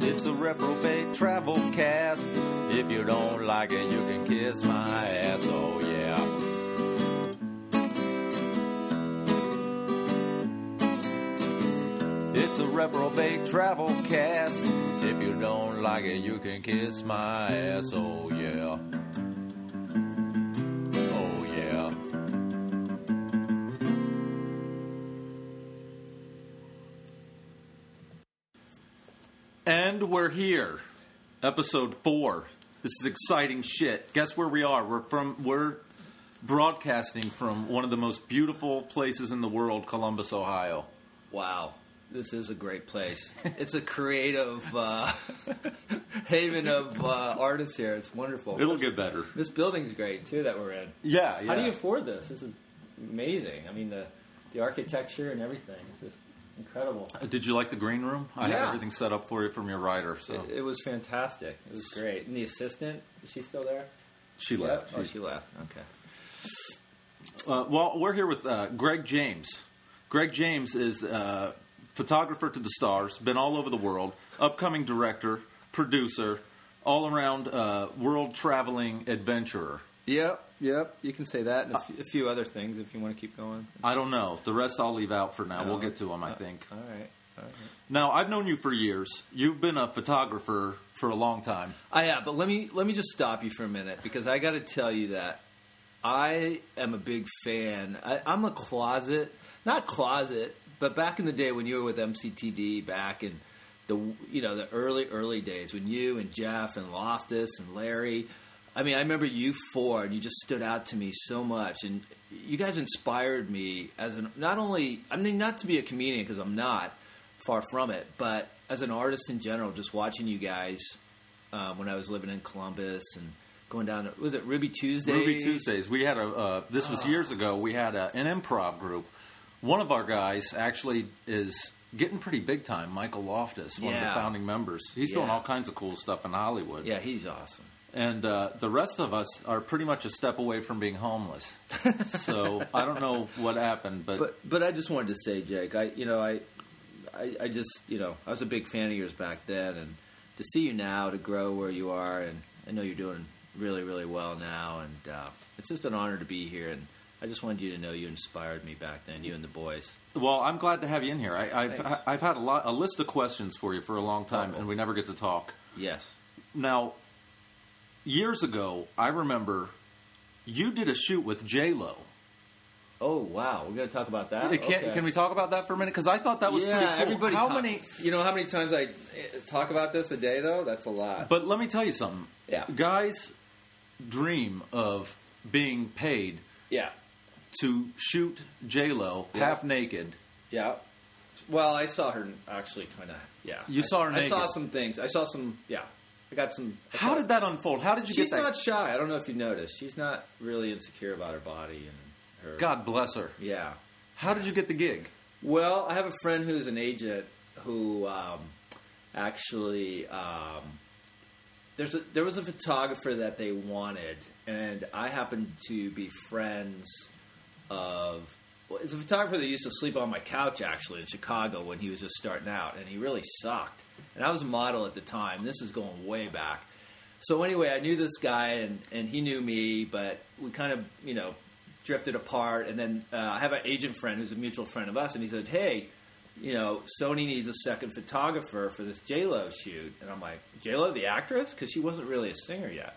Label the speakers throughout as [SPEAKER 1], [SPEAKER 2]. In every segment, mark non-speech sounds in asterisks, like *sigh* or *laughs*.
[SPEAKER 1] It's a reprobate travel cast. If you don't like it, you can kiss my ass. Oh, yeah. It's a reprobate travel cast. If you don't like it, you can kiss my ass. Oh, yeah. Oh, yeah.
[SPEAKER 2] And we're here. Episode four. This is exciting shit. Guess where we are? We're from we're broadcasting from one of the most beautiful places in the world, Columbus, Ohio.
[SPEAKER 3] Wow, this is a great place. It's a creative uh, *laughs* haven of uh, artists here. It's wonderful.
[SPEAKER 2] It'll get better.
[SPEAKER 3] this building's great too that we're in.
[SPEAKER 2] Yeah, yeah.
[SPEAKER 3] How do you afford this? This is amazing. I mean, the the architecture and everything is just incredible.
[SPEAKER 2] Did you like the green room? I have
[SPEAKER 3] Yeah.
[SPEAKER 2] everything set up for you from your writer, so
[SPEAKER 3] It, it was fantastic. It was great. And the assistant, is she still there?
[SPEAKER 2] she left.
[SPEAKER 3] Oh,
[SPEAKER 2] She's-
[SPEAKER 3] she left. Okay.
[SPEAKER 2] Uh, well, we're here with uh, Greg James. Greg James is uh, photographer to the stars, been all over the world, upcoming director, producer, all around uh, world traveling adventurer.
[SPEAKER 3] Yep, yep. You can say that and a few- a few other things if you want to keep going.
[SPEAKER 2] I don't know. The rest I'll leave out for now. We'll get to them, I think.
[SPEAKER 3] All right. All right.
[SPEAKER 2] Now, I've known you for years. You've been a photographer for a long time.
[SPEAKER 3] I yeah, but let me let me just stop you for a minute because I got to tell you that I am a big fan. I, I'm a closet, not closet, but back in the day when you were with MCTD, back in the you know the early early days when you and Jeff and Loftus and Larry. I mean, I remember you four, and you just stood out to me so much, and you guys inspired me as an not only I mean not to be a comedian because I'm not far from it, but as an artist in general, just watching you guys um, when I was living in Columbus and going down. To, was it Ruby Tuesdays?
[SPEAKER 2] Ruby Tuesdays. We had a. Uh, this was years ago. We had a, an improv group. One of our guys actually is getting pretty big time. Michael Loftus, one of
[SPEAKER 3] Yeah.
[SPEAKER 2] the founding members. He's doing
[SPEAKER 3] Yeah.
[SPEAKER 2] all kinds of cool stuff in Hollywood.
[SPEAKER 3] Yeah, he's awesome.
[SPEAKER 2] And uh, the rest of us are pretty much a step away from being
[SPEAKER 3] *laughs*
[SPEAKER 2] homeless. so I don't know what happened, but,
[SPEAKER 3] But but I just wanted to say, Jake, I you know I, I I just you know I was a big fan of yours back then, and to see you now to grow where you are, and I know you're doing really really well now, and uh, it's just an honor to be here, and I just wanted you to know you inspired me back then, you and the boys.
[SPEAKER 2] well, I'm glad to have you in here. I, I've
[SPEAKER 3] Thanks.
[SPEAKER 2] I've had a lot a list of questions for you for a long time, and we never get to talk.
[SPEAKER 3] Yes.
[SPEAKER 2] Now, years ago, I remember you did a shoot with J Lo.
[SPEAKER 3] Oh wow, we're gonna talk about that.
[SPEAKER 2] It Can,
[SPEAKER 3] Okay.
[SPEAKER 2] can we talk about that for a minute? Because I thought that was
[SPEAKER 3] yeah,
[SPEAKER 2] pretty cool.
[SPEAKER 3] everybody.
[SPEAKER 2] How
[SPEAKER 3] talk-
[SPEAKER 2] many?
[SPEAKER 3] You know how many times I eh, talk about this a day though? That's a lot.
[SPEAKER 2] But let me tell you something.
[SPEAKER 3] Yeah.
[SPEAKER 2] Guys dream of being paid
[SPEAKER 3] yeah.
[SPEAKER 2] to shoot J Lo
[SPEAKER 3] Yeah.
[SPEAKER 2] half naked.
[SPEAKER 3] Yeah. Well, I saw her actually kind of. Yeah.
[SPEAKER 2] You
[SPEAKER 3] I
[SPEAKER 2] saw her
[SPEAKER 3] I saw
[SPEAKER 2] naked.
[SPEAKER 3] some things. I saw some. Yeah. I got some. I
[SPEAKER 2] How
[SPEAKER 3] saw-
[SPEAKER 2] did that unfold? How did you
[SPEAKER 3] She's
[SPEAKER 2] get that?
[SPEAKER 3] not shy. I don't know if you noticed. She's not really insecure about her body and
[SPEAKER 2] *laughs*
[SPEAKER 3] her.
[SPEAKER 2] God bless her.
[SPEAKER 3] Yeah.
[SPEAKER 2] How did you get the gig?
[SPEAKER 3] Well, I have a friend who's an agent who um, actually um, there's a, there was a photographer that they wanted, and I happened to be friends of. Well, it's a photographer that used to sleep on my couch actually in Chicago when he was just starting out, and he really sucked. And I was a model at the time. This is going way back. So anyway, I knew this guy, and and he knew me, but we kind of you know drifted apart. And then uh, I have an agent friend who's a mutual friend of us, and he said, "Hey, you know, Sony needs a second photographer for this J Lo shoot." And I'm like, "J Lo, the actress, because she wasn't really a singer yet.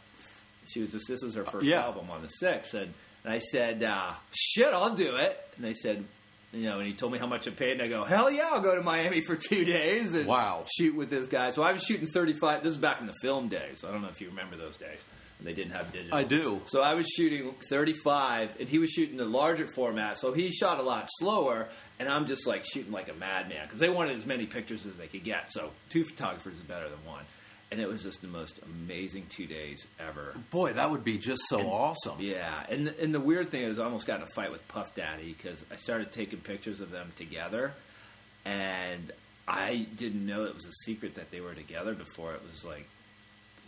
[SPEAKER 3] She was just this is her first
[SPEAKER 2] Yeah.
[SPEAKER 3] album on the sixth. And, and I said, uh, "Shit, I'll do it." And they said. You know, and he told me how much it paid, and I go, "Hell yeah, I'll go to Miami for two days." And
[SPEAKER 2] Wow.
[SPEAKER 3] shoot with this guy. So I was shooting 35. This is back in the film days. I don't know if you remember those days. when They didn't have digital.
[SPEAKER 2] I do.
[SPEAKER 3] So I was shooting 35, and he was shooting the larger format. So he shot a lot slower, and I'm just like shooting like a madman because they wanted as many pictures as they could get. So two photographers is better than one, and it was just the most amazing two days ever.
[SPEAKER 2] Boy, that would be just so awesome.
[SPEAKER 3] Yeah, and and the weird thing is, I almost got in a fight with Puff Daddy because I started taking pictures of them together, and I didn't know it was a secret that they were together before it was like,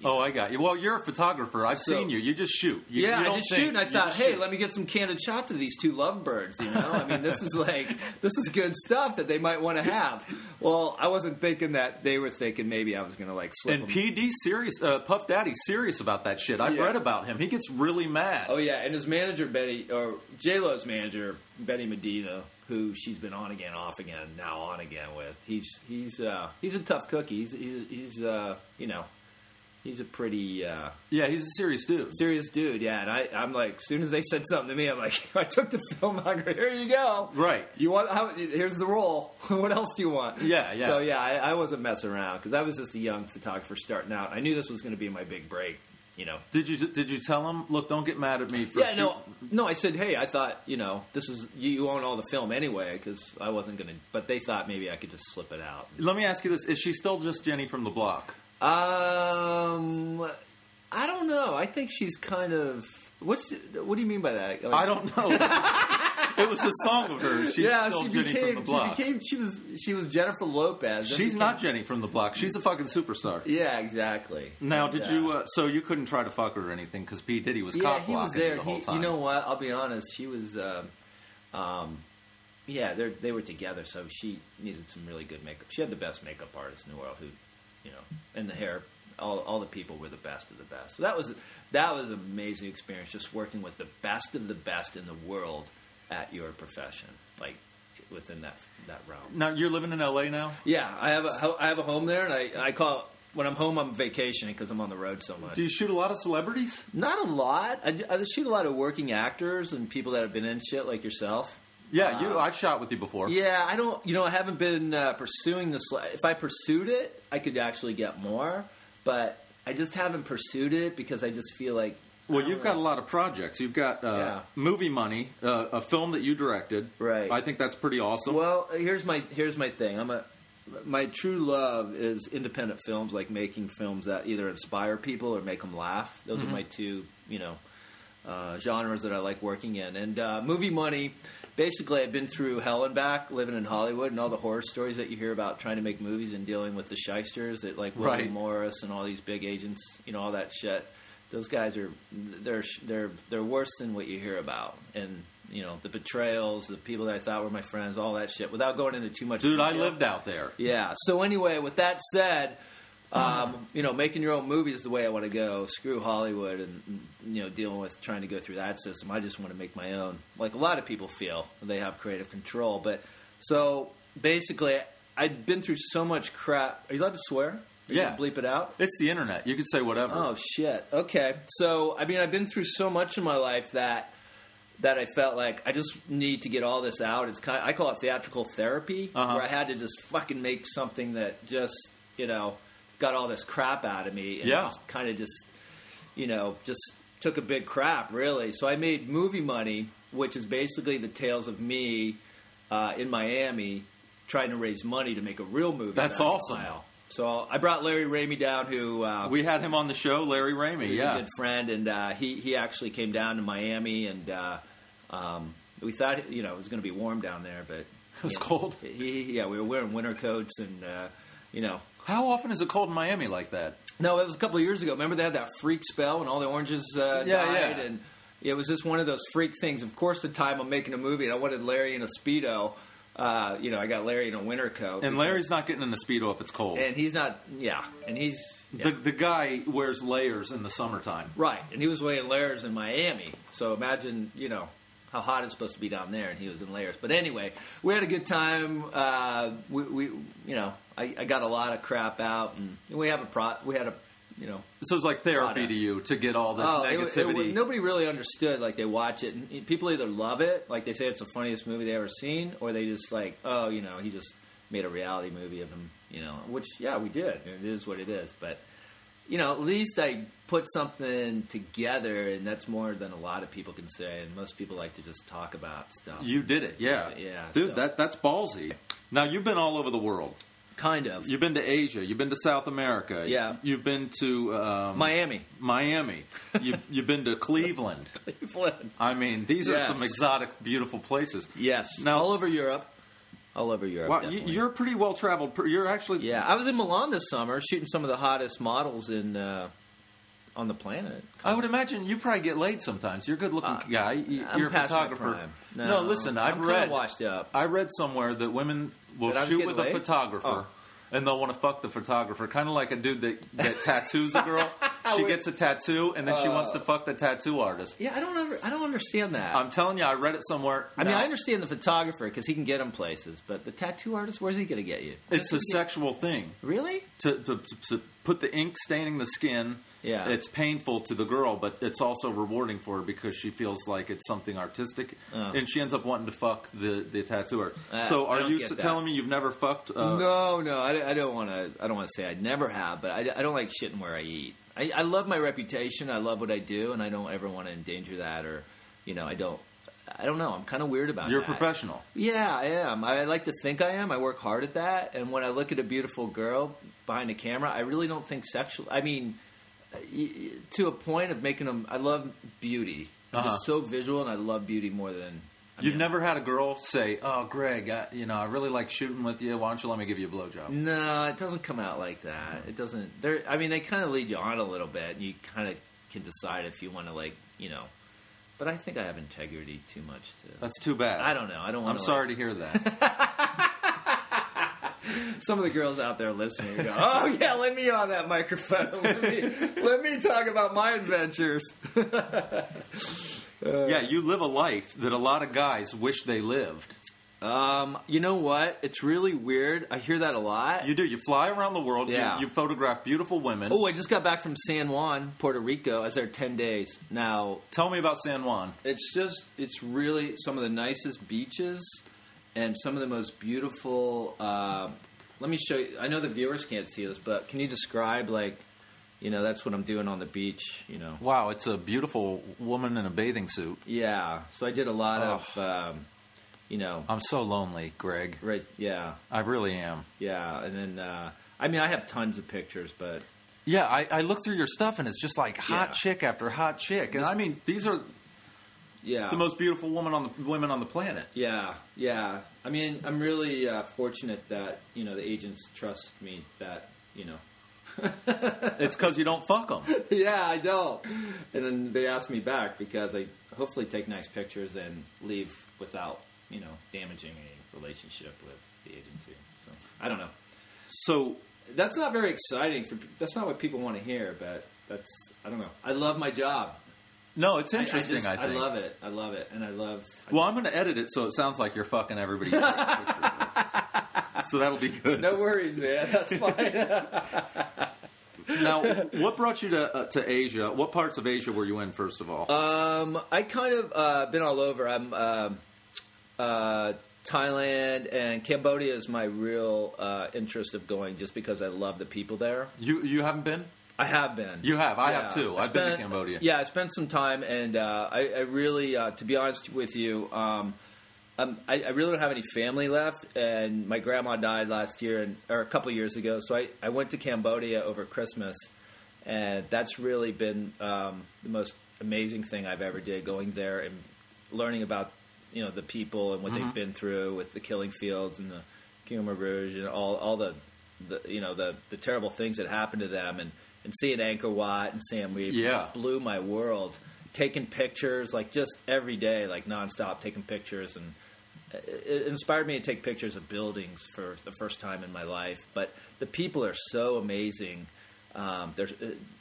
[SPEAKER 2] Oh, I got you. Well, you're a photographer. I've
[SPEAKER 3] So-
[SPEAKER 2] seen you. You just shoot. You,
[SPEAKER 3] yeah,
[SPEAKER 2] you
[SPEAKER 3] I
[SPEAKER 2] don't
[SPEAKER 3] just
[SPEAKER 2] think.
[SPEAKER 3] shoot, and I
[SPEAKER 2] You
[SPEAKER 3] thought,
[SPEAKER 2] just
[SPEAKER 3] hey,
[SPEAKER 2] shoot.
[SPEAKER 3] let me get some candid shots of these two lovebirds. You know, I mean, this is like *laughs* this is good stuff that they might want to have. Well, I wasn't thinking that; they were thinking maybe I was going to like slip.
[SPEAKER 2] And
[SPEAKER 3] 'em.
[SPEAKER 2] PD serious, uh, Puff Daddy's serious about that shit. I've
[SPEAKER 3] Yeah.
[SPEAKER 2] read about him. He gets really mad.
[SPEAKER 3] oh yeah, and his manager Betty or J Lo's manager Betty Medina, who she's been on again, off again, now on again with. He's he's uh, he's a tough cookie. He's he's, he's uh, you know he's a pretty. Uh,
[SPEAKER 2] yeah, he's a serious dude.
[SPEAKER 3] serious dude, yeah. And I, I'm like, as soon as they said something to me, I'm like, *laughs* I took the film. I'm like, here you go.
[SPEAKER 2] Right.
[SPEAKER 3] You want? How, here's the roll. *laughs* what else do you want?
[SPEAKER 2] Yeah, yeah.
[SPEAKER 3] So yeah, I, I wasn't messing around because I was just a young photographer starting out. I knew this was going to be my big break. You know.
[SPEAKER 2] Did you did you tell him? Look, don't get mad at me for
[SPEAKER 3] yeah. No.
[SPEAKER 2] shooting."
[SPEAKER 3] No. I said, hey, I thought you know this is you, you own all the film anyway because I wasn't going to. But they thought maybe I could just slip it out.
[SPEAKER 2] Let me ask you this: Is she still just Jenny from the block?
[SPEAKER 3] Um, I don't know. I think she's kind of. What's what do you mean by that? Like-
[SPEAKER 2] I don't know. it was a song of hers. She's
[SPEAKER 3] yeah,
[SPEAKER 2] still
[SPEAKER 3] she
[SPEAKER 2] Jenny
[SPEAKER 3] became,
[SPEAKER 2] from the block.
[SPEAKER 3] she became she was she was Jennifer Lopez. That
[SPEAKER 2] She's
[SPEAKER 3] became-
[SPEAKER 2] not Jenny from the block. She's a fucking superstar.
[SPEAKER 3] Yeah, exactly.
[SPEAKER 2] Now,
[SPEAKER 3] And,
[SPEAKER 2] did
[SPEAKER 3] uh,
[SPEAKER 2] you? Uh, so you couldn't try to fuck her or anything because P Diddy was
[SPEAKER 3] yeah,
[SPEAKER 2] cock
[SPEAKER 3] he was
[SPEAKER 2] blocking
[SPEAKER 3] there.
[SPEAKER 2] the whole
[SPEAKER 3] He,
[SPEAKER 2] time.
[SPEAKER 3] you know what? I'll be honest. She was, um um, yeah, they they were together, so she needed some really good makeup. She had the best makeup artist in the world, who, you know, and the hair. All, all the people were the best of the best. So that was that was an amazing experience, just working with the best of the best in the world at your profession, like within that that realm.
[SPEAKER 2] Now you're living in L.A. now.
[SPEAKER 3] Yeah, I have a I have a home there, and I I call when I'm home I'm vacationing because I'm on the road so much.
[SPEAKER 2] Do you shoot a lot of celebrities?
[SPEAKER 3] Not a lot. I, do- I shoot a lot of working actors and people that have been in shit like yourself.
[SPEAKER 2] Yeah, you. I've shot with you before.
[SPEAKER 3] Yeah, I don't. You know, I haven't been uh, pursuing this. If I pursued it, I could actually get more, but I just haven't pursued it because I just feel like.
[SPEAKER 2] Well, you've got a lot of projects. You've got uh,
[SPEAKER 3] Yeah.
[SPEAKER 2] movie money, uh, a film that you directed.
[SPEAKER 3] Right.
[SPEAKER 2] I think that's pretty awesome.
[SPEAKER 3] Well, here's my here's my thing. I'm a my true love is independent films, like making films that either inspire people or make them laugh. Those are my two, you know, uh, genres that I like working in. And uh, movie money, basically, I've been through hell and back, living in Hollywood, and all the horror stories that you hear about trying to make movies and dealing with the shysters that like William
[SPEAKER 2] Right.
[SPEAKER 3] Morris and all these big agents, you know, all that shit. Those guys are they're they're they're worse than what you hear about, and you know the betrayals, the people that I thought were my friends, all that shit. Without going into too much,
[SPEAKER 2] Dude, I
[SPEAKER 3] detail.
[SPEAKER 2] lived out there.
[SPEAKER 3] Yeah. So anyway, with that said, um, you know, making your own movie is the way I want to go. Screw Hollywood and you know dealing with trying to go through that system. I just want to make my own. Like a lot of people feel they have creative control, but so basically, I've been through so much crap. Are you allowed to swear? Are you
[SPEAKER 2] Yeah.
[SPEAKER 3] gonna bleep it out.
[SPEAKER 2] It's the internet. You could say whatever.
[SPEAKER 3] Oh shit. Okay. So I mean, I've been through so much in my life that that I felt like I just need to get all this out. It's kind. Of, I call it theatrical therapy,
[SPEAKER 2] Uh-huh.
[SPEAKER 3] where I had to just fucking make something that just you know got all this crap out of me. And
[SPEAKER 2] Yeah.
[SPEAKER 3] Kind of just you know just took a big crap really. So I made movie money, which is basically the tales of me uh, in Miami trying to raise money to make a real movie.
[SPEAKER 2] That's
[SPEAKER 3] about
[SPEAKER 2] awesome.
[SPEAKER 3] Lyle. So I brought Larry Ramey down, who uh,
[SPEAKER 2] We had him on the show, Larry Ramey.
[SPEAKER 3] He's
[SPEAKER 2] yeah.
[SPEAKER 3] a good friend, and uh, he he actually came down to Miami, and uh, um, we thought you know it was going to be warm down there, but *laughs* it
[SPEAKER 2] was cold.
[SPEAKER 3] He, he- yeah, we were wearing winter coats, and uh, you know,
[SPEAKER 2] How often is it cold in Miami like that?
[SPEAKER 3] no, it was a couple of years ago. Remember they had that freak spell, and all the oranges uh,
[SPEAKER 2] Yeah,
[SPEAKER 3] died,
[SPEAKER 2] yeah.
[SPEAKER 3] and it was just one of those freak things. Of course, the time I'm making a movie, and I wanted Larry in a speedo. Uh, you know, I got Larry in a winter coat,
[SPEAKER 2] And Larry's not getting in the speedo if it's cold.
[SPEAKER 3] and he's not, yeah, and he's yeah.
[SPEAKER 2] The the guy wears layers in the summertime.
[SPEAKER 3] Right, and he was wearing layers in Miami. So imagine, you know, how hot it's supposed to be down there, and he was in layers. But anyway, we had a good time. Uh, we, we, you know, I, I got a lot of crap out, and we have a pro. We had a, you know,
[SPEAKER 2] So it's like therapy
[SPEAKER 3] Product.
[SPEAKER 2] to you to get all this
[SPEAKER 3] oh, it- it-
[SPEAKER 2] negativity.
[SPEAKER 3] it- nobody really understood. Like they watch it, and people either love it, like they say it's the funniest movie they ever seen, or they just like, oh, you know, he just made a reality movie of him, you know. Which, yeah, we did. It is what it is, but you know, at least I put something together, and that's more than a lot of people can say. And most people like to just talk about stuff.
[SPEAKER 2] you did it, yeah,
[SPEAKER 3] Yeah,
[SPEAKER 2] dude.
[SPEAKER 3] so-
[SPEAKER 2] That that's ballsy. Now you've been all over the world.
[SPEAKER 3] kind of
[SPEAKER 2] You've been to Asia. You've been to South America.
[SPEAKER 3] Yeah.
[SPEAKER 2] You've been to um,
[SPEAKER 3] Miami. *laughs*
[SPEAKER 2] Miami. you, you've been to Cleveland. I mean, these
[SPEAKER 3] Yes.
[SPEAKER 2] are some exotic, beautiful places.
[SPEAKER 3] yes,
[SPEAKER 2] Now-
[SPEAKER 3] all over Europe. All over Europe.
[SPEAKER 2] Wow, you,
[SPEAKER 3] definitely.
[SPEAKER 2] you're pretty well traveled. per- You're actually
[SPEAKER 3] Yeah, I was in Milan this summer shooting some of the hottest models in uh, on the planet.
[SPEAKER 2] I would imagine you probably get laid sometimes. You're a good-looking guy. You,
[SPEAKER 3] Uh, I'm
[SPEAKER 2] you're a
[SPEAKER 3] past my
[SPEAKER 2] photographer.
[SPEAKER 3] prime.
[SPEAKER 2] No, listen, I've
[SPEAKER 3] I'm kinda
[SPEAKER 2] read
[SPEAKER 3] washed up.
[SPEAKER 2] I read somewhere that women will
[SPEAKER 3] That I was
[SPEAKER 2] shoot
[SPEAKER 3] getting
[SPEAKER 2] with
[SPEAKER 3] laid?
[SPEAKER 2] a photographer.
[SPEAKER 3] Oh.
[SPEAKER 2] And they'll want to fuck the photographer, kind of like a dude that, that
[SPEAKER 3] *laughs*
[SPEAKER 2] tattoos a girl. she
[SPEAKER 3] Wait.
[SPEAKER 2] gets a tattoo, and then she wants to
[SPEAKER 3] Uh.
[SPEAKER 2] fuck the tattoo artist.
[SPEAKER 3] Yeah, I don't ever, I don't understand that.
[SPEAKER 2] I'm telling you, I read it somewhere.
[SPEAKER 3] I mean,
[SPEAKER 2] Now,
[SPEAKER 3] I understand the photographer because he can get him places, but the tattoo artist, where's he going to get you?
[SPEAKER 2] It's a
[SPEAKER 3] Doesn't he get-
[SPEAKER 2] sexual thing
[SPEAKER 3] Really?
[SPEAKER 2] to, to, to put the ink staining the skin.
[SPEAKER 3] Yeah.
[SPEAKER 2] it's painful to the girl, but it's also rewarding for her because she feels like it's something artistic, and she ends up wanting to fuck the the tattooer.
[SPEAKER 3] Oh. Uh,
[SPEAKER 2] so,
[SPEAKER 3] I
[SPEAKER 2] are
[SPEAKER 3] don't
[SPEAKER 2] you
[SPEAKER 3] get
[SPEAKER 2] s-
[SPEAKER 3] that.
[SPEAKER 2] telling me you've never fucked? Uh,
[SPEAKER 3] no, no, I, I don't want to. I don't want to say I never have, but I, I don't like shitting where I eat. I, I love my reputation. I love what I do, and I don't ever want to endanger that, or you know, I don't. I don't know. I'm kind of weird about
[SPEAKER 2] You're a
[SPEAKER 3] that.
[SPEAKER 2] professional.
[SPEAKER 3] Yeah, I am. I like to think I am. I work hard at that. And when I look at a beautiful girl behind a camera, I really don't think sexual. I mean, y- y- to a point of making them. I love beauty. I'm just so visual, and I love beauty more than. I
[SPEAKER 2] Uh-huh. You've
[SPEAKER 3] mean,
[SPEAKER 2] never had a girl say, "Oh, Greg, I, you know, I really like shooting with you. Why don't you let me give you a blowjob?"
[SPEAKER 3] No, it doesn't come out like that. It doesn't. There. I mean, they kind of lead you on a little bit, and you kind of can decide if you want to, like, you know. But I think I have integrity too much to.
[SPEAKER 2] That's too bad.
[SPEAKER 3] I don't know. I don't.
[SPEAKER 2] I'm
[SPEAKER 3] Wanna,
[SPEAKER 2] sorry to hear
[SPEAKER 3] *laughs*
[SPEAKER 2] that.
[SPEAKER 3] some of the girls out there listening go, "Oh yeah, let me on that microphone. *laughs* Let me, let me talk about my adventures." Uh,
[SPEAKER 2] yeah, you live a life that a lot of guys wish they lived.
[SPEAKER 3] Um, you know what? It's really weird. I hear that a lot.
[SPEAKER 2] You do. You fly around the world.
[SPEAKER 3] Yeah.
[SPEAKER 2] You, you photograph beautiful women.
[SPEAKER 3] oh, I just got back from San Juan, Puerto Rico. I was there ten days. Now
[SPEAKER 2] Tell me about San Juan.
[SPEAKER 3] it's just it's really some of the nicest beaches and some of the most beautiful uh, let me show you i know the viewers can't see this but can you describe like you know that's what i'm doing on the beach you know
[SPEAKER 2] Wow, it's a beautiful woman in a bathing suit.
[SPEAKER 3] yeah so i did a lot of um, you know
[SPEAKER 2] I'm so lonely, Greg.
[SPEAKER 3] right yeah
[SPEAKER 2] I really am.
[SPEAKER 3] yeah and then uh, i mean i have tons of pictures but
[SPEAKER 2] Yeah, I, I look through your stuff and it's just like hot
[SPEAKER 3] Yeah.
[SPEAKER 2] chick after hot chick. And I mean, these are
[SPEAKER 3] yeah
[SPEAKER 2] the most beautiful woman on the women on the planet.
[SPEAKER 3] Yeah, yeah. I mean, I'm really uh, fortunate that you know the agents trust me. That you know.
[SPEAKER 2] It's because you don't fuck them.
[SPEAKER 3] *laughs* yeah, I know. And then they asked me back because I hopefully take nice pictures and leave without you know damaging a relationship with the agency. So I don't know.
[SPEAKER 2] So
[SPEAKER 3] That's not very exciting. For that's not what people want to hear. But that's I don't know. I love my job.
[SPEAKER 2] no, it's
[SPEAKER 3] I- I
[SPEAKER 2] interesting. I,
[SPEAKER 3] just-
[SPEAKER 2] think.
[SPEAKER 3] love it. I love it, and I love.
[SPEAKER 2] Well, I'm going to edit it so it sounds like you're fucking
[SPEAKER 3] *laughs*
[SPEAKER 2] everybody. so that'll be good.
[SPEAKER 3] no worries, man. *laughs* That's fine.
[SPEAKER 2] Now, what brought you to uh, to Asia? What parts of Asia were you in first of all?
[SPEAKER 3] Um, I kind of uh, been all over. I'm um uh, Thailand and Cambodia is my real uh, interest of going, just because I love the people there.
[SPEAKER 2] you you haven't been?
[SPEAKER 3] I have been.
[SPEAKER 2] You have. I have
[SPEAKER 3] Yeah.
[SPEAKER 2] too.
[SPEAKER 3] I
[SPEAKER 2] I've been to
[SPEAKER 3] spent-
[SPEAKER 2] Cambodia.
[SPEAKER 3] Yeah, I spent some time, and uh, I, I really, uh, to be honest with you, um, um, I, I really don't have any family left, and my grandma died last year, and or a couple years ago. So I, I went to Cambodia over Christmas, and that's really been um, the most amazing thing I've ever did. Going there and learning about you know the people and what they've been through with the killing fields and the Khmer Rouge and all all the, the you know the the terrible things that happened to them, and and seeing Angkor Wat and Sam Reap
[SPEAKER 2] Yeah.
[SPEAKER 3] just blew my world. Taking pictures, like just every day, like nonstop, taking pictures, and it- it inspired me to take pictures of buildings for the first time in my life. But the people are so amazing; um, they're,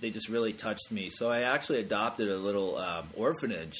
[SPEAKER 3] they just really touched me. So I actually adopted a little um, orphanage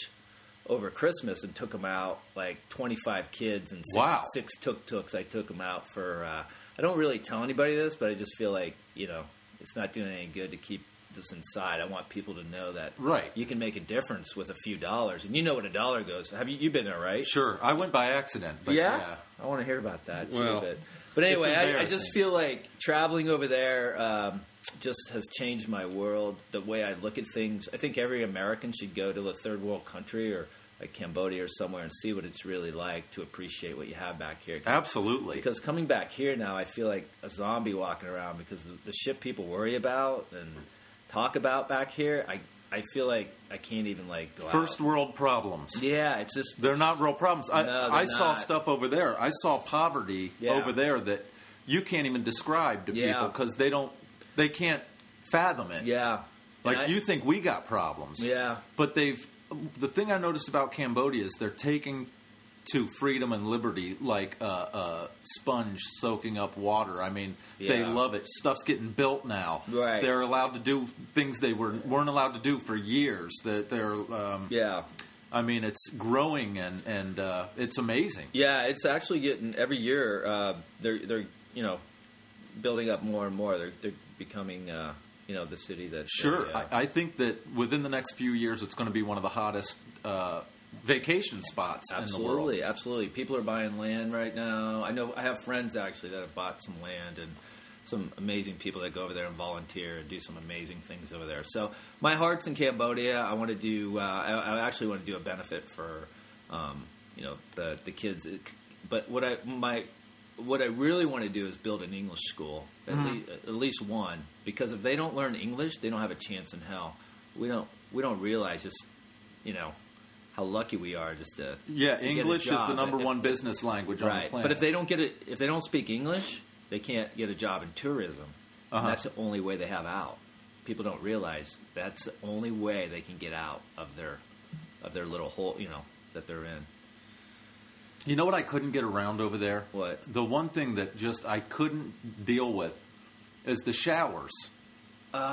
[SPEAKER 3] over Christmas and took them out, like twenty five kids and six,
[SPEAKER 2] Wow.
[SPEAKER 3] six tuk tuks. I took them out for. Uh, I don't really tell anybody this, but I just feel like you know it's not doing any good to keep this inside. I want people to know that
[SPEAKER 2] Right.
[SPEAKER 3] you can make a difference with a few dollars, and you know what a dollar goes. Have you? You've been there, right?
[SPEAKER 2] Sure, I went by accident. But
[SPEAKER 3] yeah?
[SPEAKER 2] yeah.
[SPEAKER 3] I want to hear about that too.
[SPEAKER 2] Well,
[SPEAKER 3] but, but anyway, I, I just
[SPEAKER 2] embarrassing.
[SPEAKER 3] feel like traveling over there um, just has changed my world, the way I look at things. I think every American should go to a third world country or like Cambodia or somewhere and see what it's really like to appreciate what you have back here. 'Cause
[SPEAKER 2] Absolutely.
[SPEAKER 3] because coming back here now, I feel like a zombie walking around because the, the shit people worry about and talk about back here, I I feel like I can't even like go
[SPEAKER 2] First
[SPEAKER 3] out.
[SPEAKER 2] world problems.
[SPEAKER 3] Yeah, it's just
[SPEAKER 2] They're not real problems. I,
[SPEAKER 3] No, they're
[SPEAKER 2] I saw
[SPEAKER 3] not.
[SPEAKER 2] stuff over there. I saw poverty
[SPEAKER 3] Yeah.
[SPEAKER 2] over there that you can't even describe to
[SPEAKER 3] Yeah.
[SPEAKER 2] people because they don't, they can't fathom it.
[SPEAKER 3] Yeah,
[SPEAKER 2] Like
[SPEAKER 3] I-
[SPEAKER 2] you think we got problems.
[SPEAKER 3] Yeah.
[SPEAKER 2] But they've the thing I noticed about Cambodia is they're taking to freedom and liberty like a, a sponge soaking up water. I mean, they
[SPEAKER 3] Yeah.
[SPEAKER 2] love it. Stuff's getting built now.
[SPEAKER 3] Right.
[SPEAKER 2] They're allowed to do things they were weren't allowed to do for years. That they're. Um,
[SPEAKER 3] Yeah.
[SPEAKER 2] I mean, it's growing and and uh, it's amazing.
[SPEAKER 3] Yeah, it's actually getting every year. Uh, they're they're you know building up more and more. They're they're becoming uh, you know the city that
[SPEAKER 2] Sure,
[SPEAKER 3] They, uh,
[SPEAKER 2] I, I think that within the next few years, it's going to be one of the hottest uh, vacation spots in the world.
[SPEAKER 3] absolutely, absolutely. People are buying land right now. I know I have friends actually that have bought some land and some amazing people that go over there and volunteer and do some amazing things over there. So my heart's in Cambodia. I want to do. Uh, I, I actually want to do a benefit for um, you know the the kids. But what I my what I really want to do is build an English school, at, le- at least one, because if they don't learn English, they don't have a chance in hell. We don't we don't realize just you know how lucky we are just to
[SPEAKER 2] Yeah,
[SPEAKER 3] to get a
[SPEAKER 2] English is
[SPEAKER 3] job.
[SPEAKER 2] the number
[SPEAKER 3] If-
[SPEAKER 2] one business language on the
[SPEAKER 3] right.
[SPEAKER 2] planet.
[SPEAKER 3] But if they don't get it, if they don't speak English, they can't get a job in tourism. And
[SPEAKER 2] Uh-huh.
[SPEAKER 3] that's the only way they have out. People don't realize that's the only way they can get out of their of their little hole, you know, that they're in.
[SPEAKER 2] You know what I couldn't get around over there?
[SPEAKER 3] What?
[SPEAKER 2] The one thing that just I couldn't deal with is the showers.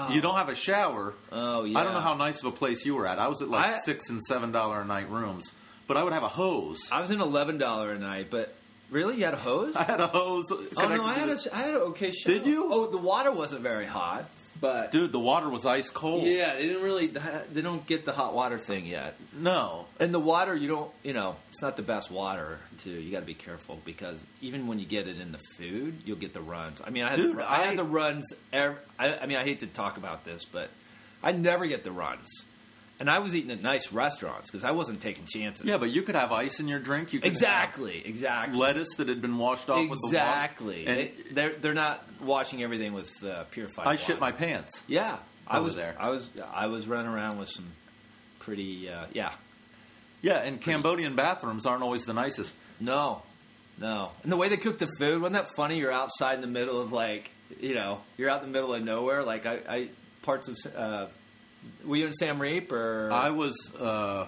[SPEAKER 2] You don't have a shower.
[SPEAKER 3] Oh,
[SPEAKER 2] I don't know
[SPEAKER 3] yeah.
[SPEAKER 2] how nice of a place you were at. I was at like
[SPEAKER 3] I-
[SPEAKER 2] six and seven dollar a night rooms, but I would have a hose.
[SPEAKER 3] I was in eleven dollar a night, but really, you had a
[SPEAKER 2] *laughs*
[SPEAKER 3] hose?
[SPEAKER 2] I had a hose.
[SPEAKER 3] oh
[SPEAKER 2] connected
[SPEAKER 3] no, I
[SPEAKER 2] to
[SPEAKER 3] had
[SPEAKER 2] the-
[SPEAKER 3] a, I had an okay shower.
[SPEAKER 2] Did you?
[SPEAKER 3] Oh, the water wasn't very hot, but
[SPEAKER 2] Dude, the water was ice cold.
[SPEAKER 3] yeah, they didn't really. They don't get the hot water thing yet.
[SPEAKER 2] No,
[SPEAKER 3] And the water, you don't, you know, it's not the best water too. You got to be careful because even when you get it in the food, you'll get the runs. I mean, I had,
[SPEAKER 2] Dude,
[SPEAKER 3] the, I,
[SPEAKER 2] I-
[SPEAKER 3] had the runs. Every, I, I mean, I hate to talk about this, but I never get the runs. And I was eating at nice restaurants because I wasn't taking chances.
[SPEAKER 2] yeah, but you could have ice in your drink. You could
[SPEAKER 3] exactly, exactly,
[SPEAKER 2] have lettuce that had been washed off with the water.
[SPEAKER 3] exactly.
[SPEAKER 2] And
[SPEAKER 3] They, they're they're not washing everything with uh, purified.
[SPEAKER 2] I shit
[SPEAKER 3] water.
[SPEAKER 2] my pants.
[SPEAKER 3] Yeah, I
[SPEAKER 2] Over
[SPEAKER 3] was
[SPEAKER 2] there.
[SPEAKER 3] I was I was running around with some pretty. Uh, yeah,
[SPEAKER 2] Yeah, and Cambodian bathrooms aren't always the nicest.
[SPEAKER 3] No, no. And the way they cook the food, wasn't that funny? You're outside in the middle of like, you know, you're out in the middle of nowhere. Like I, I parts of. Uh, were you in Sam Reap or?
[SPEAKER 2] I was uh,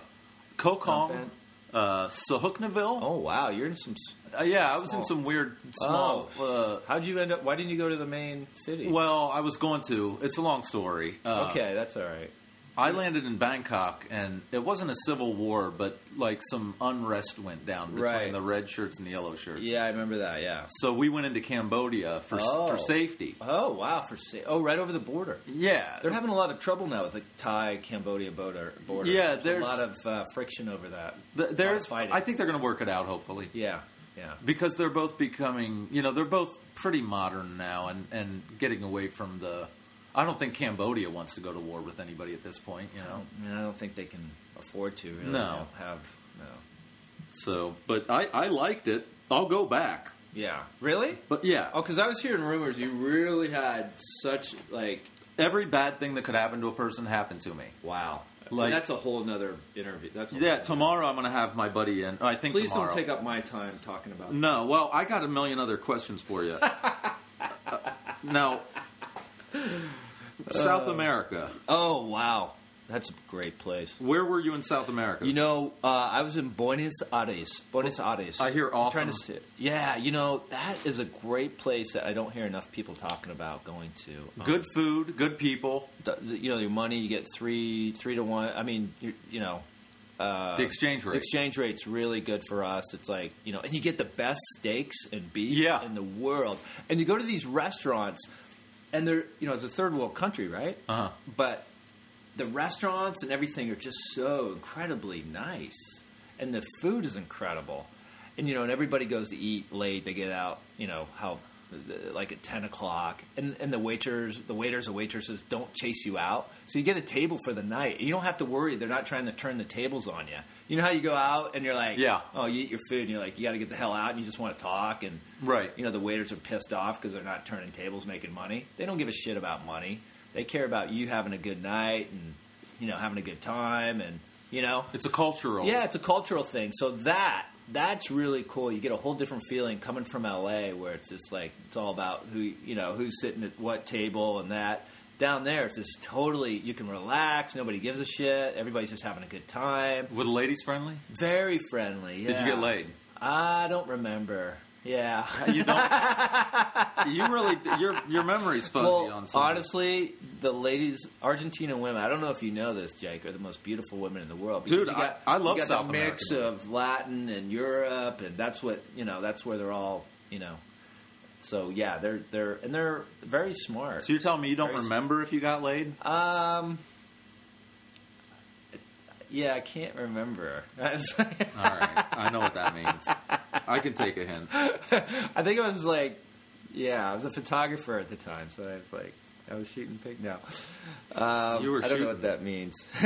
[SPEAKER 2] Koh Kong,
[SPEAKER 3] Confident.
[SPEAKER 2] uh, Sihanoukville.
[SPEAKER 3] oh wow, you're in some. s-
[SPEAKER 2] Uh, yeah, I was in
[SPEAKER 3] Small.
[SPEAKER 2] some weird small.
[SPEAKER 3] Oh, how'd you end up? Why didn't you go to the main city?
[SPEAKER 2] Uh, well, I was going to. It's a long story. Uh,
[SPEAKER 3] okay, that's all right.
[SPEAKER 2] I landed in Bangkok, and it wasn't a civil war, but like some unrest went down between
[SPEAKER 3] Right.
[SPEAKER 2] the red shirts and the yellow shirts.
[SPEAKER 3] Yeah, I remember that. Yeah.
[SPEAKER 2] So we went into Cambodia for
[SPEAKER 3] Oh.
[SPEAKER 2] for safety.
[SPEAKER 3] Oh wow, for sa- oh right over the border.
[SPEAKER 2] Yeah,
[SPEAKER 3] They're having a lot of trouble now with the Thai Cambodia border. border.
[SPEAKER 2] Yeah, there's-
[SPEAKER 3] a lot of uh, friction over that.
[SPEAKER 2] Th- there's.
[SPEAKER 3] fighting.
[SPEAKER 2] I think they're going to work it out, hopefully.
[SPEAKER 3] Yeah, yeah.
[SPEAKER 2] because they're both becoming you know they're both pretty modern now and and getting away from the i don't think cambodia wants to go to war with anybody at this point you know
[SPEAKER 3] I, mean, I don't think they can afford to. Really,
[SPEAKER 2] No.
[SPEAKER 3] you know, have no.
[SPEAKER 2] so but i i liked it i'll go back
[SPEAKER 3] Yeah, really?
[SPEAKER 2] but yeah
[SPEAKER 3] Oh, because I was hearing rumors you really had such like
[SPEAKER 2] every bad thing that could happen to a person happened to me
[SPEAKER 3] wow.
[SPEAKER 2] Like-
[SPEAKER 3] that's a whole nother interview. That's a whole
[SPEAKER 2] yeah
[SPEAKER 3] nother-
[SPEAKER 2] tomorrow i'm gonna have my buddy in i think
[SPEAKER 3] Please
[SPEAKER 2] tomorrow. Mm.
[SPEAKER 3] don't take up my time talking about.
[SPEAKER 2] no well i got a million other questions for you uh, now south america
[SPEAKER 3] Oh wow, that's a great place.
[SPEAKER 2] where were you in south america
[SPEAKER 3] You know, uh, I was in Buenos Aires. Buenos Aires.
[SPEAKER 2] Oh, I hear
[SPEAKER 3] I'm trying
[SPEAKER 2] awesome.
[SPEAKER 3] to s- yeah, you know that is a great place that I don't hear enough people talking about going to. Um,
[SPEAKER 2] good food good people
[SPEAKER 3] the, the- you know your money you get three three to one i mean you you know uh,
[SPEAKER 2] the exchange
[SPEAKER 3] the
[SPEAKER 2] rate
[SPEAKER 3] exchange rate's really good for us it's like you know and you get the best steaks and beef
[SPEAKER 2] Yeah.
[SPEAKER 3] in the world and you go to these restaurants and they're you know it's a third world country right
[SPEAKER 2] Uh-huh.
[SPEAKER 3] but the restaurants and everything are just so incredibly nice and the food is incredible and you know and everybody goes to eat late they get out you know how uh, like at 10 o'clock and, and the waiters the waiters and waitresses don't chase you out so you get a table for the night you don't have to worry they're not trying to turn the tables on you you know how you go out and you're like
[SPEAKER 2] Yeah.
[SPEAKER 3] oh you eat your food and you're like you got to get the hell out and you just want to talk and
[SPEAKER 2] Right.
[SPEAKER 3] you know the waiters are pissed off because they're not turning tables making money they don't give a shit about money they care about you having a good night and you know having a good time and you know
[SPEAKER 2] It's a cultural.
[SPEAKER 3] yeah it's a cultural thing so that that's really cool you get a whole different feeling coming from la where it's just like it's all about who you know who's sitting at what table and that Down there, it's just totally you can relax. Nobody gives a shit. Everybody's just having a good time.
[SPEAKER 2] Were the ladies friendly?
[SPEAKER 3] Very friendly.
[SPEAKER 2] Did
[SPEAKER 3] yeah.
[SPEAKER 2] you get laid?
[SPEAKER 3] *laughs* I don't remember. Yeah.
[SPEAKER 2] You don't. you really your your memory's fuzzy
[SPEAKER 3] Well,
[SPEAKER 2] on something.
[SPEAKER 3] honestly, the ladies, Argentina women. I don't know if you know this, Jake, are the most beautiful women in the world.
[SPEAKER 2] Dude,
[SPEAKER 3] because you got-
[SPEAKER 2] I- I love
[SPEAKER 3] you got
[SPEAKER 2] South
[SPEAKER 3] the mix
[SPEAKER 2] American.
[SPEAKER 3] of Latin and Europe, and that's what you know. That's where they're all you know. So yeah, they're they're and they're very smart.
[SPEAKER 2] So you're telling me you don't
[SPEAKER 3] Very-
[SPEAKER 2] remember if you got laid?
[SPEAKER 3] Um. Yeah, I can't remember. *laughs* I was-
[SPEAKER 2] All right, I know what that means. I can take a
[SPEAKER 3] *laughs*
[SPEAKER 2] hint.
[SPEAKER 3] I think it was like, yeah, I was a photographer at the time, so I was like, I was shooting pig. No, um,
[SPEAKER 2] You were
[SPEAKER 3] I don't
[SPEAKER 2] shooting.
[SPEAKER 3] know what that means. *laughs*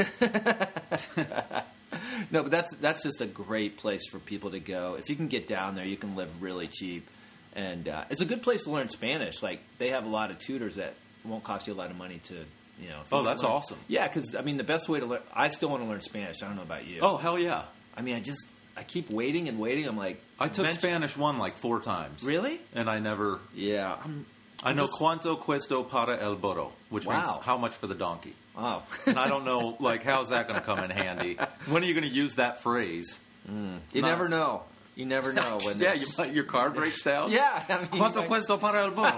[SPEAKER 3] no, but that's that's just a great place for people to go. If you can get down there, you can live really cheap, and uh, it's a good place to learn Spanish. Like they have a lot of tutors that won't cost you a lot of money to. You know, if you
[SPEAKER 2] Oh,
[SPEAKER 3] wanna
[SPEAKER 2] that's
[SPEAKER 3] learn-
[SPEAKER 2] awesome.
[SPEAKER 3] Yeah, because I mean, the best way to learn. I still want to learn Spanish. I don't know about you.
[SPEAKER 2] Oh hell yeah!
[SPEAKER 3] I mean, I just I keep waiting and waiting. I'm like,
[SPEAKER 2] I took
[SPEAKER 3] eventually-
[SPEAKER 2] Spanish one like four times.
[SPEAKER 3] Really?
[SPEAKER 2] And I never.
[SPEAKER 3] Yeah, I'm
[SPEAKER 2] I know cuanto cuesto para el burro, which
[SPEAKER 3] Wow.
[SPEAKER 2] means how much for the donkey.
[SPEAKER 4] *laughs*
[SPEAKER 3] Wow.
[SPEAKER 2] And I don't know, like, how's that going to come in handy? When are you going to use that phrase?
[SPEAKER 3] you
[SPEAKER 2] Not-
[SPEAKER 3] never know. You never know when
[SPEAKER 2] *laughs* yeah, you,
[SPEAKER 3] there's-
[SPEAKER 2] your car breaks down.
[SPEAKER 3] Yeah, I mean,
[SPEAKER 2] Cuanto
[SPEAKER 3] like,
[SPEAKER 2] cuesto para el burro.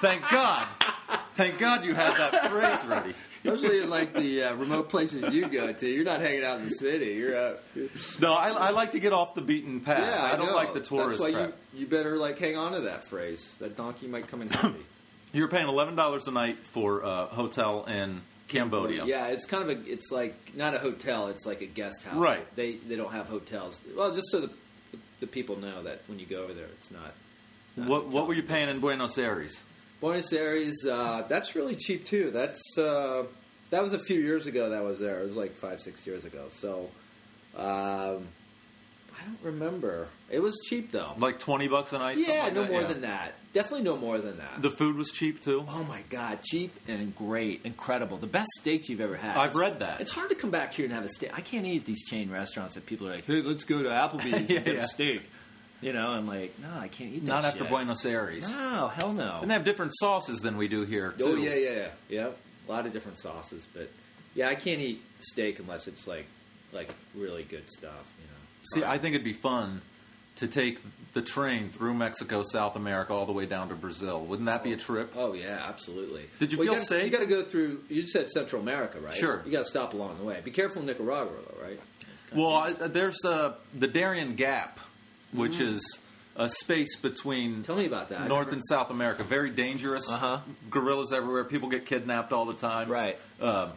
[SPEAKER 2] Thank God. Thank God you had that phrase ready.
[SPEAKER 3] especially in like the uh, remote places you go to. You're not hanging out in the city. You're out.
[SPEAKER 2] No, I, I like to get off the beaten path.
[SPEAKER 4] Yeah,
[SPEAKER 2] I, don't
[SPEAKER 4] know.
[SPEAKER 2] like the tourist
[SPEAKER 4] That's why
[SPEAKER 2] crap.
[SPEAKER 4] You, you better like hang on to that phrase. That donkey might come in
[SPEAKER 2] *clears throat*
[SPEAKER 4] handy.
[SPEAKER 2] You, are paying eleven dollars a night for a hotel in Cambodia.
[SPEAKER 4] yeah, it's kind of a. It's like not a hotel. It's like a guest house.
[SPEAKER 2] Right.
[SPEAKER 4] They they don't have hotels. Well, just so the the people know that when you go over there, it's not. It's not a
[SPEAKER 2] What
[SPEAKER 4] hotel.
[SPEAKER 2] What were you paying in Buenos Aires?
[SPEAKER 4] Buenos Aires. Uh, that's really cheap too. That's uh, that was a few years ago. That was there. It was like five six years ago. So. Um, I don't remember. It was cheap though.
[SPEAKER 2] Like twenty bucks a night? something
[SPEAKER 4] yeah,
[SPEAKER 2] like
[SPEAKER 4] no
[SPEAKER 2] that?
[SPEAKER 4] more
[SPEAKER 2] Yeah.
[SPEAKER 4] than that. Definitely no more than that.
[SPEAKER 2] The food was cheap too.
[SPEAKER 4] Oh my god, cheap and great, incredible. The best steak you've ever had.
[SPEAKER 2] I've read that.
[SPEAKER 4] It's hard to come back here and have a steak. I can't eat at these chain restaurants that people are like, "Hey, let's go to
[SPEAKER 2] *laughs*
[SPEAKER 4] Applebee's
[SPEAKER 2] Yeah,
[SPEAKER 4] and get
[SPEAKER 2] yeah.
[SPEAKER 4] a steak." You know, I'm like, "No, I can't eat that."
[SPEAKER 2] Not after
[SPEAKER 4] shit."
[SPEAKER 2] Buenos Aires.
[SPEAKER 4] No, hell no.
[SPEAKER 2] And they have different sauces than we do here too.
[SPEAKER 4] oh yeah, yeah, yeah. Yep. A lot of different sauces, but yeah, I can't eat steak unless it's like like really good stuff. You know.
[SPEAKER 2] See, I think it'd be fun to take the train through Mexico, South America, all the way down to Brazil. Wouldn't that be a trip?
[SPEAKER 4] Oh yeah, absolutely.
[SPEAKER 2] Did you
[SPEAKER 4] well,
[SPEAKER 2] feel
[SPEAKER 4] you gotta,
[SPEAKER 2] safe?
[SPEAKER 4] You got to go through. You said Central America, right?
[SPEAKER 2] Sure.
[SPEAKER 4] You got to stop along the way. Be careful in Nicaragua, though, right?
[SPEAKER 2] Well, I, there's uh, the Darien Gap, which is a space between
[SPEAKER 4] Mm-hmm. Tell me about that. I
[SPEAKER 2] North and South America. Very dangerous.
[SPEAKER 4] Uh-huh.
[SPEAKER 2] Gorillas everywhere. People get kidnapped all the time.
[SPEAKER 3] Right.
[SPEAKER 2] Um,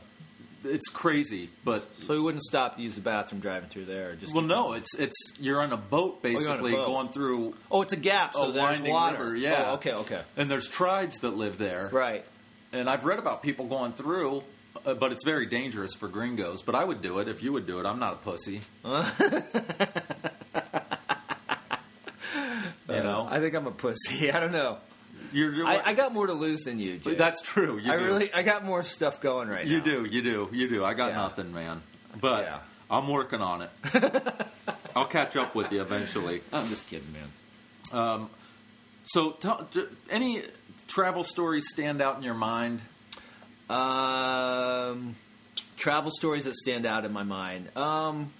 [SPEAKER 2] it's crazy, but
[SPEAKER 3] So we wouldn't stop to use the bathroom driving through there. Just
[SPEAKER 2] well, no, it's it's you're on a boat
[SPEAKER 4] Oh,
[SPEAKER 3] you're on a
[SPEAKER 2] basically
[SPEAKER 3] boat.
[SPEAKER 2] going through,
[SPEAKER 3] Oh, it's a gap. So
[SPEAKER 2] A
[SPEAKER 3] there's
[SPEAKER 2] winding
[SPEAKER 3] water.
[SPEAKER 2] river, yeah.
[SPEAKER 3] Oh, okay. Okay.
[SPEAKER 2] and there's tribes that live there.
[SPEAKER 3] Right.
[SPEAKER 2] And I've read about people going through, uh, but it's very dangerous for gringos. But I would do it if you would do it. I'm not a
[SPEAKER 3] *laughs*
[SPEAKER 2] pussy. you know,
[SPEAKER 3] Uh, I think I'm a pussy. *laughs* I don't know.
[SPEAKER 2] you're. you're-
[SPEAKER 3] I, I got more to lose than you. Jake.
[SPEAKER 2] that's true. You
[SPEAKER 3] I
[SPEAKER 2] do.
[SPEAKER 3] really. I got more stuff going right
[SPEAKER 2] You
[SPEAKER 3] now.
[SPEAKER 2] do, you do, you do. I got
[SPEAKER 3] Yeah.
[SPEAKER 2] nothing, man. But
[SPEAKER 3] Yeah.
[SPEAKER 2] I'm working on it.
[SPEAKER 3] *laughs*
[SPEAKER 2] I'll catch up with you eventually.
[SPEAKER 3] I'm just kidding, man.
[SPEAKER 2] So, tell, d- any travel stories stand out in your mind?
[SPEAKER 3] Um, travel stories that stand out in my mind. Um,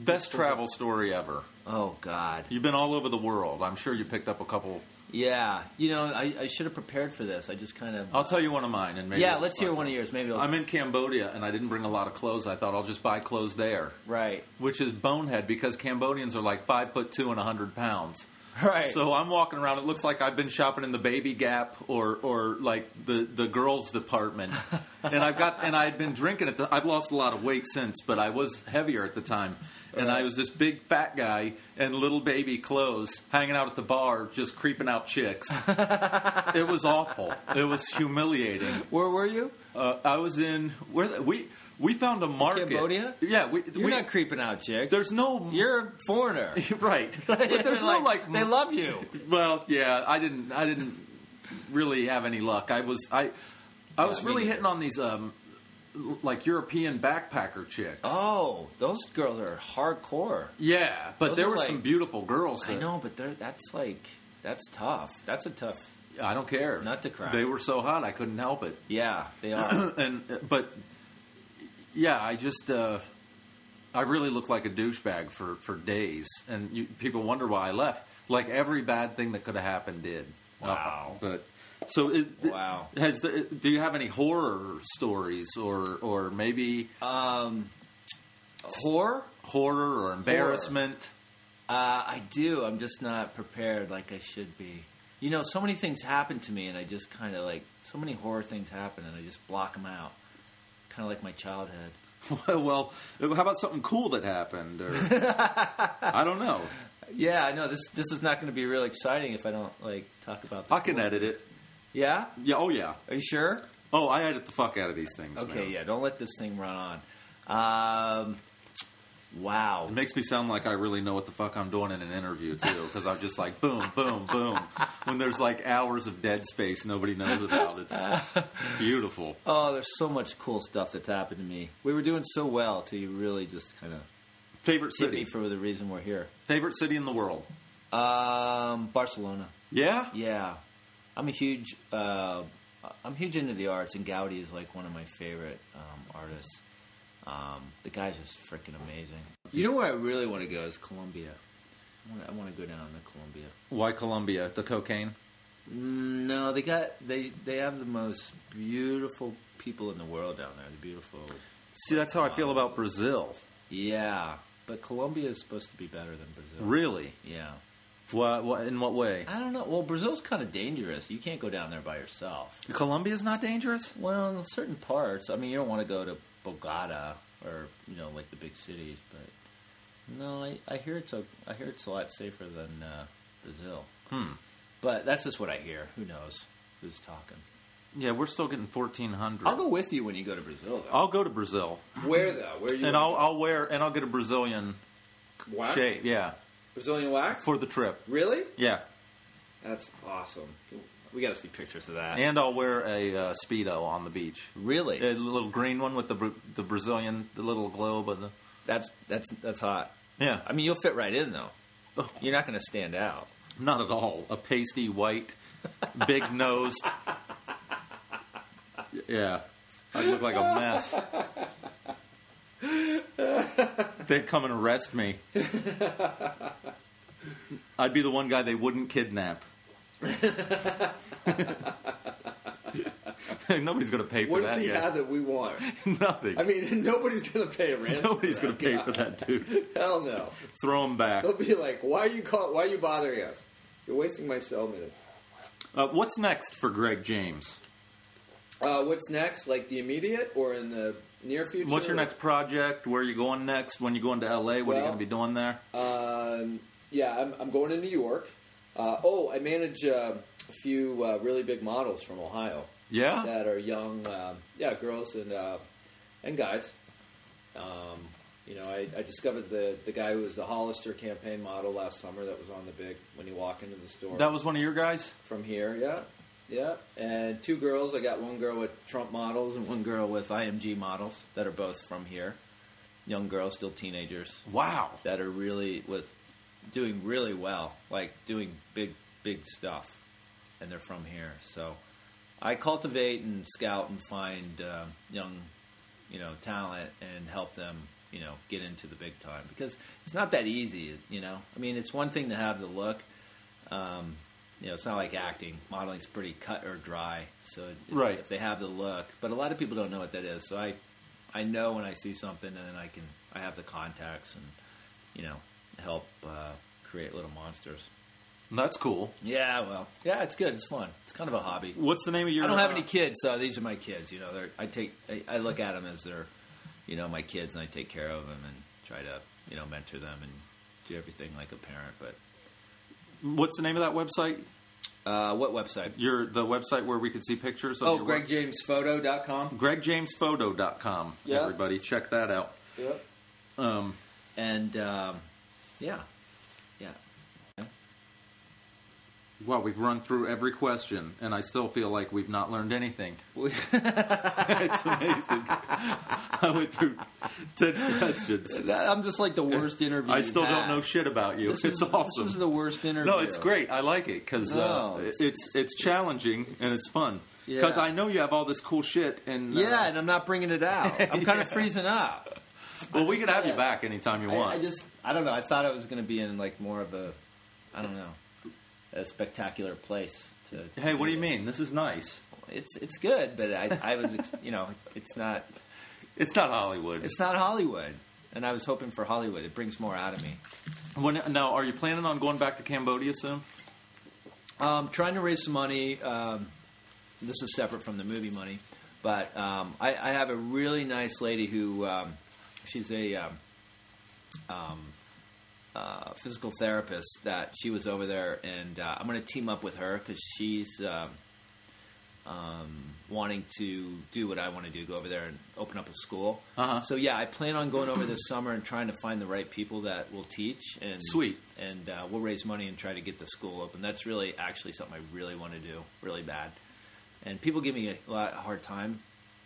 [SPEAKER 2] Best travel story ever.
[SPEAKER 3] oh God.
[SPEAKER 2] You've been all over the world. I'm sure you picked up a couple.
[SPEAKER 3] Yeah. You know, I, I should have prepared for this. I just kind of.
[SPEAKER 2] I'll tell you one of mine, and maybe
[SPEAKER 3] yeah.
[SPEAKER 2] it'll
[SPEAKER 3] Let's hear
[SPEAKER 2] spark
[SPEAKER 3] one of
[SPEAKER 2] something.
[SPEAKER 3] yours. Maybe. I'll,
[SPEAKER 2] I'm in Cambodia, and I didn't bring a lot of clothes. I thought I'll just buy clothes there.
[SPEAKER 3] *laughs* right.
[SPEAKER 2] which is bonehead because Cambodians are like five foot two and a hundred pounds.
[SPEAKER 3] Right.
[SPEAKER 2] So I'm walking around. It looks like I've been shopping in the Baby Gap or or like the the girls
[SPEAKER 3] *laughs*
[SPEAKER 2] department, and I've got and I'd been drinking at the. I've lost a lot of weight since, but I was heavier at the time, and I was this big fat guy in little baby clothes, hanging out at the bar, just creeping out
[SPEAKER 3] *laughs*
[SPEAKER 2] chicks. it was awful. It was humiliating.
[SPEAKER 3] Where were you?
[SPEAKER 2] Uh, I was in where the, we we found a market.
[SPEAKER 3] Cambodia?
[SPEAKER 2] Yeah, we,
[SPEAKER 3] You're
[SPEAKER 2] we
[SPEAKER 3] not creeping out, chick.
[SPEAKER 2] there's no
[SPEAKER 3] You're a foreigner. *laughs*
[SPEAKER 2] right. *laughs* But there's no like.
[SPEAKER 3] they love you.
[SPEAKER 2] *laughs* Well, yeah, I didn't. I didn't really have any luck. I was. I. I was
[SPEAKER 3] me
[SPEAKER 2] really
[SPEAKER 3] neither.
[SPEAKER 2] hitting on these um, like European backpacker chicks.
[SPEAKER 3] Oh, those girls are hardcore.
[SPEAKER 2] yeah, but
[SPEAKER 3] Those
[SPEAKER 2] there
[SPEAKER 3] are
[SPEAKER 2] were
[SPEAKER 3] like-
[SPEAKER 2] some beautiful girls.
[SPEAKER 3] I
[SPEAKER 2] that-
[SPEAKER 3] know, but they're, that's like that's tough. That's a tough.
[SPEAKER 2] I don't care.
[SPEAKER 3] Nut to crack.
[SPEAKER 2] They were so hot, I couldn't help it.
[SPEAKER 3] Yeah,
[SPEAKER 2] *clears throat*
[SPEAKER 3] they are.
[SPEAKER 2] and uh, but yeah, I just uh, I really looked like a douchebag for for days, and you, people wonder why I left. Like every bad thing that could have happened did.
[SPEAKER 3] Wow.
[SPEAKER 2] Uh, but so it, it-
[SPEAKER 3] Wow.
[SPEAKER 2] Has the, do you have any horror stories or or maybe
[SPEAKER 3] um, horror?
[SPEAKER 2] horror or embarrassment? *laughs*
[SPEAKER 3] Uh, I do. I'm just not prepared like I should be. You know, so many things happen to me, and I just kind of like so many horror things happen, and I just block them out. Kind of like my childhood.
[SPEAKER 2] well, how about something cool that happened?
[SPEAKER 3] *laughs*
[SPEAKER 2] Or, I don't know.
[SPEAKER 3] Yeah, I know this. This is not going to be real exciting if I don't like talk about. The
[SPEAKER 2] I can edit it.
[SPEAKER 3] Yeah,
[SPEAKER 2] Yeah. Oh yeah.
[SPEAKER 3] are you sure?
[SPEAKER 2] Oh, I edit the fuck out of these things.
[SPEAKER 3] Okay,
[SPEAKER 2] man.
[SPEAKER 3] yeah. Don't let this thing run on. Um, wow.
[SPEAKER 2] It makes me sound like I really know what the fuck I'm doing in an interview too, because I'm just like boom, boom, boom. When there's like hours of dead space nobody knows about, it's beautiful.
[SPEAKER 3] Oh, there's so much cool stuff that's happened to me. We were doing so well till you really just kind of
[SPEAKER 2] Favorite
[SPEAKER 3] hit
[SPEAKER 2] city,
[SPEAKER 3] me for the reason we're here.
[SPEAKER 2] favorite city in the world.
[SPEAKER 3] Um, Barcelona.
[SPEAKER 2] Yeah,
[SPEAKER 3] Yeah, I'm a huge. Uh, I'm huge into the arts, and Gaudi is like one of my favorite um, artists. Um, the guy's just freaking amazing. You know where I really want to go is Colombia. I wanna- I want to go down to Colombia.
[SPEAKER 2] why Colombia? The cocaine.
[SPEAKER 3] Mm, No, they got they they have the most beautiful people in the world down there. The beautiful,
[SPEAKER 2] See, that's how I feel about Brazil.
[SPEAKER 3] yeah. But Colombia is supposed to be better than Brazil.
[SPEAKER 2] Really?
[SPEAKER 3] Yeah,
[SPEAKER 2] What, what? In what way?
[SPEAKER 3] I don't know. Well, Brazil's kind of dangerous. You can't go down there by yourself.
[SPEAKER 2] Colombia's not dangerous.
[SPEAKER 3] Well, in certain parts. I mean, you don't want to go to Bogota or you know, like the big cities, but no, I, I hear it's a I hear it's a lot safer than uh, Brazil. Hmm. But that's just what I hear. Who knows who's talking?
[SPEAKER 2] Yeah, we're still getting fourteen hundred.
[SPEAKER 3] I'll go with you when you go to Brazil.
[SPEAKER 4] Uh,
[SPEAKER 3] though.
[SPEAKER 2] I'll go to Brazil,
[SPEAKER 4] Where though? Where you?
[SPEAKER 2] and I'll I'll wear and I'll get a Brazilian
[SPEAKER 4] wax?
[SPEAKER 2] shape. Yeah,
[SPEAKER 4] Brazilian wax?
[SPEAKER 2] for the trip.
[SPEAKER 4] really?
[SPEAKER 2] Yeah,
[SPEAKER 4] That's awesome. We got to see pictures of that.
[SPEAKER 2] and I'll wear a uh, speedo on the beach.
[SPEAKER 3] Really?
[SPEAKER 2] A little green one with the Bra- the Brazilian the little globe and the
[SPEAKER 3] that's that's that's hot.
[SPEAKER 2] yeah.
[SPEAKER 3] I mean, you'll fit right in though.
[SPEAKER 2] Oh,
[SPEAKER 3] You're not going to stand out.
[SPEAKER 2] not at all. A pasty white,
[SPEAKER 4] *laughs*
[SPEAKER 2] big nosed. yeah, I look like a mess. They'd come and arrest me. I'd be the one guy they
[SPEAKER 4] *laughs*
[SPEAKER 2] wouldn't kidnap. *laughs* Nobody's going to pay for
[SPEAKER 4] What
[SPEAKER 2] that.
[SPEAKER 4] does he
[SPEAKER 2] yet.
[SPEAKER 4] have that we want?
[SPEAKER 2] *laughs* Nothing.
[SPEAKER 4] I mean, *laughs* nobody's gonna pay a ransom.
[SPEAKER 2] Nobody's
[SPEAKER 4] for *laughs*
[SPEAKER 2] going
[SPEAKER 4] that.
[SPEAKER 2] to pay for that dude.
[SPEAKER 4] Hell no.
[SPEAKER 2] Throw him back.
[SPEAKER 4] They'll be like, "Why are you call? Why are you bothering us? You're wasting my cell minutes."
[SPEAKER 2] Uh, what's next for Greg James?
[SPEAKER 4] Uh, what's next? Like the immediate or in the near future?
[SPEAKER 2] What's your next project? Where are you going next? When you going to LA? What are you
[SPEAKER 4] Well,
[SPEAKER 2] going to be doing there?
[SPEAKER 3] uh,
[SPEAKER 4] Um, yeah, I'm, I'm going to New York. Uh, oh, I manage uh, a few uh, really big models from Ohio
[SPEAKER 2] yeah,
[SPEAKER 4] that are young. um yeah, girls and uh, and guys. Um, you know, I, I discovered the the guy who was the Hollister campaign model last summer that was on the big when you walk into the store.
[SPEAKER 2] that was one of your guys.
[SPEAKER 4] from here. Yeah, yeah. And two girls. I got one girl with Trump models and
[SPEAKER 3] One girl with IMG models that are both from here. Young girls, still teenagers.
[SPEAKER 2] Wow,
[SPEAKER 3] that are really with doing really well, like doing big big stuff, and they're from here. So I cultivate and scout and find uh, young, you know, talent and help them, you know, get into the big time because it's not that easy. You know, I mean, it's one thing to have the look. Um, you know, it's not like acting. Modeling's pretty cut or dry. So if-
[SPEAKER 2] Right.
[SPEAKER 3] if they have the look, but a lot of people don't know what that is. So I, I know when I see something, and then I can, I have the contacts and you know, help uh, create little monsters.
[SPEAKER 2] that's cool.
[SPEAKER 3] Yeah, well, yeah, it's good. It's fun. It's kind of a hobby.
[SPEAKER 2] What's the name of your?
[SPEAKER 3] I don't have
[SPEAKER 2] uh,
[SPEAKER 3] any kids, so these are my kids. You know, they're, I take, I, I look at them as they're, you know, my kids, and I take care of them and try to, you know, mentor them and do everything like a parent. But
[SPEAKER 2] uh, What's the name of that website?
[SPEAKER 3] uh, what website?
[SPEAKER 2] Your the website where we could see pictures. Of
[SPEAKER 4] oh,
[SPEAKER 2] your work?
[SPEAKER 4] GregJamesPhoto.com.
[SPEAKER 2] GregJamesPhoto.com.
[SPEAKER 4] Yeah.
[SPEAKER 2] Everybody, check that out.
[SPEAKER 4] Yep.
[SPEAKER 2] Um,
[SPEAKER 3] And um, yeah, yeah,
[SPEAKER 2] Wow, we've run through every question, and I still feel like we've not learned
[SPEAKER 3] *laughs*
[SPEAKER 2] anything.
[SPEAKER 3] We-
[SPEAKER 2] it's amazing. *laughs* I went through ten questions.
[SPEAKER 3] That- I'm just like the worst interview.
[SPEAKER 2] I still
[SPEAKER 3] you've
[SPEAKER 2] don't
[SPEAKER 3] had.
[SPEAKER 2] know shit about you.
[SPEAKER 3] This
[SPEAKER 2] it's
[SPEAKER 3] is,
[SPEAKER 2] awesome.
[SPEAKER 3] This is the worst interview.
[SPEAKER 2] no, it's great. I like it because
[SPEAKER 3] No,
[SPEAKER 2] uh,
[SPEAKER 3] it's-
[SPEAKER 2] it's, it's challenging and it's fun.
[SPEAKER 3] Yeah.
[SPEAKER 2] Because I know you have all this cool shit, and uh,
[SPEAKER 3] Yeah, and I'm not bringing it out. I'm *laughs* kind of freezing up.
[SPEAKER 2] well, we can have you
[SPEAKER 3] yeah.
[SPEAKER 2] back anytime you
[SPEAKER 3] I,
[SPEAKER 2] want.
[SPEAKER 3] I just, I don't know. I thought I was going to be in like more of a, I don't know, a spectacular place. To, to
[SPEAKER 2] hey, what do you
[SPEAKER 3] this.
[SPEAKER 2] mean? This is nice.
[SPEAKER 3] It's it's good, but I, I was, ex- *laughs* you know, it's not,
[SPEAKER 2] It's not Hollywood.
[SPEAKER 3] it's not Hollywood, and I was hoping for Hollywood. It brings more out of me.
[SPEAKER 2] When, now, are you planning on going back to Cambodia soon?
[SPEAKER 3] Um, trying to raise some money. Um, this is separate from the movie money, but um, I, I have a really nice lady who um, she's a um, um, uh, physical therapist that she was over there, and uh, I'm going to team up with her because she's um, um, wanting to do what I want to do, go over there and open up a school.
[SPEAKER 2] Uh-huh.
[SPEAKER 3] So yeah, I plan on going over this summer and trying to find the right people that will teach and
[SPEAKER 2] Sweet.
[SPEAKER 3] and uh, we'll raise money and try to get the school open. That's really actually something I really want to do, really bad. And people give me a lot a hard time.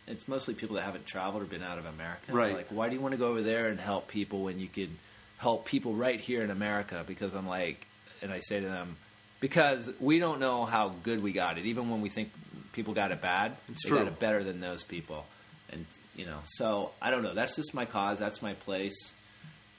[SPEAKER 3] It's mostly people that haven't traveled or been out of America. They're
[SPEAKER 2] Right.
[SPEAKER 3] Like, why do you want to go over there and help people when you could help people right here in America? Because I'm like, and I say to them, because we don't know how good we got it. Even when we think people got it bad,
[SPEAKER 2] It's
[SPEAKER 3] they
[SPEAKER 2] true.
[SPEAKER 3] got it better than those people. And you know, so I don't know. That's just my cause. That's my place.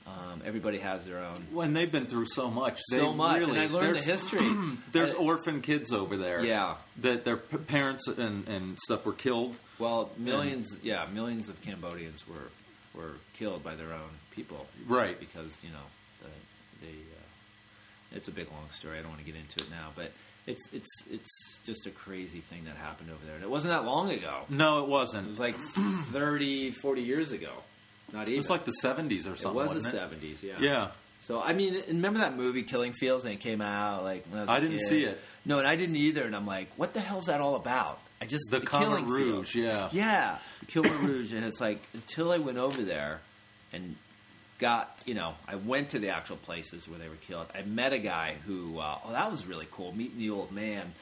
[SPEAKER 3] Um, everybody has their own
[SPEAKER 2] When they've been through so much, they
[SPEAKER 3] so much,
[SPEAKER 2] Really,
[SPEAKER 3] and I learned the
[SPEAKER 2] there's-
[SPEAKER 3] history.
[SPEAKER 2] *clears throat* There's
[SPEAKER 3] I-
[SPEAKER 2] orphan kids over there.
[SPEAKER 3] Uh, Yeah.
[SPEAKER 2] That their p- parents and, and stuff were killed.
[SPEAKER 3] well, millions, yeah, millions of Cambodians were were killed by their own people,
[SPEAKER 2] Right.
[SPEAKER 3] Because you know, the, they, uh, it's a big long story. I don't want to get into it now, but it's it's it's just a crazy thing that happened over there, and it wasn't that long ago. It
[SPEAKER 2] No, it wasn't. It
[SPEAKER 3] was
[SPEAKER 2] was, *clears throat*
[SPEAKER 3] like 30, 40 years ago. Not even.
[SPEAKER 2] like the 70s or something.
[SPEAKER 3] it was the
[SPEAKER 2] wasn't
[SPEAKER 3] seventies. Yeah.
[SPEAKER 2] Yeah.
[SPEAKER 3] So I mean, remember that movie Killing Fields? And it came out like when I was. a
[SPEAKER 2] I didn't
[SPEAKER 3] kid.
[SPEAKER 2] see it.
[SPEAKER 3] No, and I didn't either. And I'm like, what the hell's that all about? I just
[SPEAKER 2] The Khmer
[SPEAKER 3] Killing
[SPEAKER 2] Rouge,
[SPEAKER 3] Fields.
[SPEAKER 2] yeah.
[SPEAKER 3] yeah, the Khmer Rouge, and it's like until I went over there and got you know I went to the actual places where they were killed. I met a guy who uh, oh that was really cool meeting the old man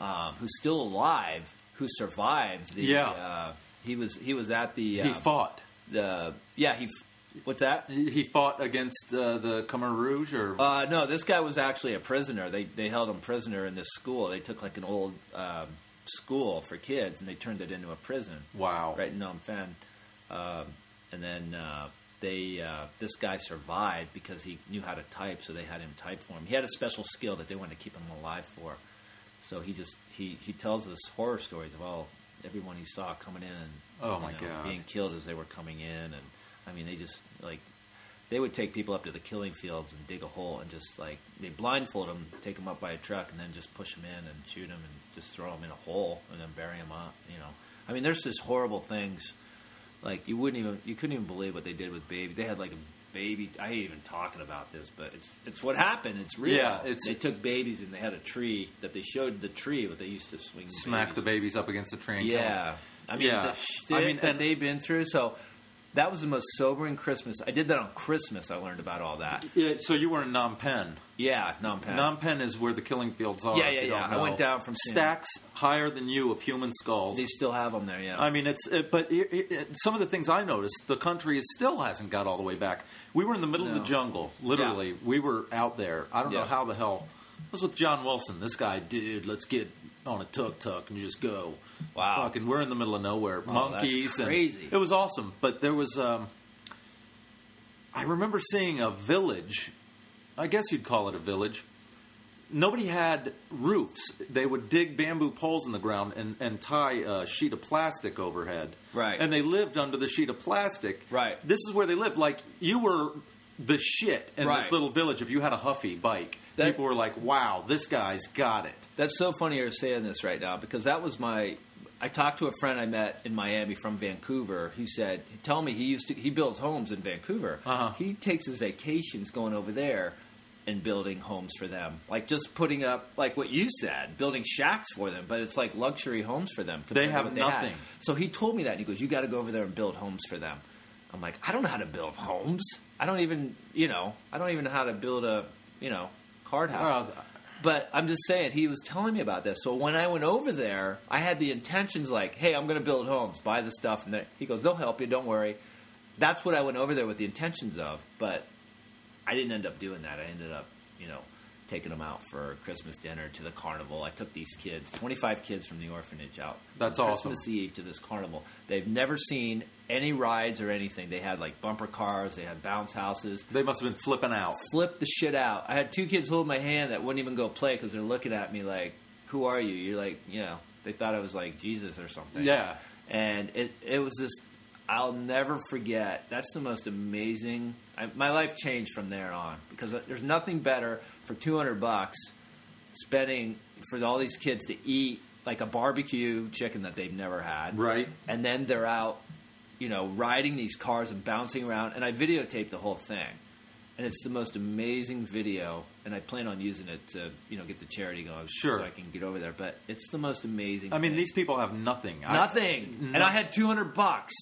[SPEAKER 3] um, who's still alive who survived the
[SPEAKER 2] Yeah.
[SPEAKER 3] uh, he was he was at the
[SPEAKER 2] He
[SPEAKER 3] um,
[SPEAKER 2] fought.
[SPEAKER 3] the yeah he f- what's that
[SPEAKER 2] He he fought against uh, the Khmer Rouge or.
[SPEAKER 3] uh, no, this guy was actually a prisoner. They they held him prisoner in this school. They took like an old um, school for kids and they turned it into a prison.
[SPEAKER 2] wow.
[SPEAKER 3] Right in Phnom Penh, um, and then uh, they uh, this guy survived because he knew how to type, so they had him type for him. He had a special skill that they wanted to keep him alive for. So he just he he tells us horror stories of all everyone he saw coming in and
[SPEAKER 2] Oh,
[SPEAKER 3] you
[SPEAKER 2] my God.
[SPEAKER 3] being killed as they were coming in, and I mean they just like they would take people up to the killing fields and dig a hole and just like they blindfold them, take them up by a truck, and then just push them in and shoot them and just throw them in a hole and then bury them up. You know, I mean, there's just horrible things. Like you wouldn't even you couldn't even believe what they did with baby. They had like a baby. I ain't even talking about this, but it's it's what happened. It's real.
[SPEAKER 2] Yeah, it's-
[SPEAKER 3] they took babies and they had a tree that they showed the tree, but they used to swing
[SPEAKER 2] Smack the
[SPEAKER 3] babies.
[SPEAKER 2] babies up against the train.
[SPEAKER 3] Yeah, I mean
[SPEAKER 2] Yeah.
[SPEAKER 3] the
[SPEAKER 2] I
[SPEAKER 3] shit
[SPEAKER 2] mean,
[SPEAKER 3] that
[SPEAKER 2] and-
[SPEAKER 3] they've been through. So that was the most sobering Christmas. I did that on Christmas. I learned about all that.
[SPEAKER 2] Yeah, so you were in Phnom Penh.
[SPEAKER 3] Yeah, Phnom Penh.
[SPEAKER 2] Phnom Penh is where the killing fields are.
[SPEAKER 3] Yeah,
[SPEAKER 2] if
[SPEAKER 3] yeah,
[SPEAKER 2] you
[SPEAKER 3] yeah.
[SPEAKER 2] don't
[SPEAKER 3] I
[SPEAKER 2] know.
[SPEAKER 3] went down from Siem.
[SPEAKER 2] stacks higher than you of human skulls.
[SPEAKER 3] they still have them there. Yeah,
[SPEAKER 2] I mean, it's it, but it, it, it- some of the things I noticed, the country is still hasn't got all the way back. We were in the middle of
[SPEAKER 3] No.
[SPEAKER 2] the jungle, literally. We were out there. I don't
[SPEAKER 3] Yeah.
[SPEAKER 2] know how the hell. I was with John Wilson. This guy, dude, let's get on a tuk tuk and just go.
[SPEAKER 3] Wow.
[SPEAKER 2] fucking, we're in the middle of nowhere. Monkeys, and-
[SPEAKER 3] crazy.
[SPEAKER 2] it was awesome. But there was, um, I remember seeing a village. I guess you'd call it a village nobody had roofs. They would dig bamboo poles in the ground and, and tie a sheet of plastic overhead.
[SPEAKER 3] Right.
[SPEAKER 2] And they lived under the sheet of plastic.
[SPEAKER 3] Right.
[SPEAKER 2] This is where they lived. Like, you were the shit in
[SPEAKER 3] Right.
[SPEAKER 2] this little village if you had a Huffy bike.
[SPEAKER 3] That-
[SPEAKER 2] People were like, wow, this guy's got it.
[SPEAKER 3] That's so funny you're saying this right now because that was my. I talked to a friend I met in Miami from Vancouver. He said, "Tell me, he used to he builds homes in Vancouver.
[SPEAKER 2] Uh-huh.
[SPEAKER 3] He takes his vacations going over there and building homes for them, like just putting up like what you said, building shacks for them. But it's like luxury homes for them. compared to
[SPEAKER 2] have
[SPEAKER 3] what
[SPEAKER 2] nothing.
[SPEAKER 3] had. So he told me that and he goes, "You got to go over there and build homes for them." I'm like, "I don't know how to build homes. I don't even, you know, I don't even know how to build a, you know, card house."
[SPEAKER 2] Well,
[SPEAKER 3] But I'm just saying, he was telling me about this. So when I went over there, I had the intentions like, hey, I'm going to build homes, buy the stuff. And then he goes, they'll help you, don't worry. That's what I went over there with the intentions of. But I didn't end up doing that. I ended up, you know, taking them out for Christmas dinner to the carnival. I took these kids, 25 kids from the orphanage out.
[SPEAKER 2] That's
[SPEAKER 3] on
[SPEAKER 2] awesome.
[SPEAKER 3] Christmas Eve to this carnival. They've never seen any rides or anything. They had like bumper cars, they had bounce houses
[SPEAKER 2] They must have been flipping out.
[SPEAKER 3] flipped the shit out. I had two kids hold my hand that wouldn't even go play because they're looking at me like, "Who are you?" You're like, you know, they thought I was like Jesus or something.
[SPEAKER 2] Yeah.
[SPEAKER 3] And it it was just I'll never forget. That's the most amazing. I, my life changed from there on because there's nothing better for 200 bucks spending for all these kids to eat like a barbecue chicken that they've never had
[SPEAKER 2] Right.
[SPEAKER 3] and then they're out, you know, riding these cars and bouncing around. And I videotaped the whole thing, and it's the most amazing video. And I plan on using it to, you know, get the charity going,
[SPEAKER 2] Sure.
[SPEAKER 3] so I can get over there. But it's the most amazing.
[SPEAKER 2] I mean,
[SPEAKER 3] thing.
[SPEAKER 2] these people have nothing. I-
[SPEAKER 3] nothing, and I had two hundred bucks,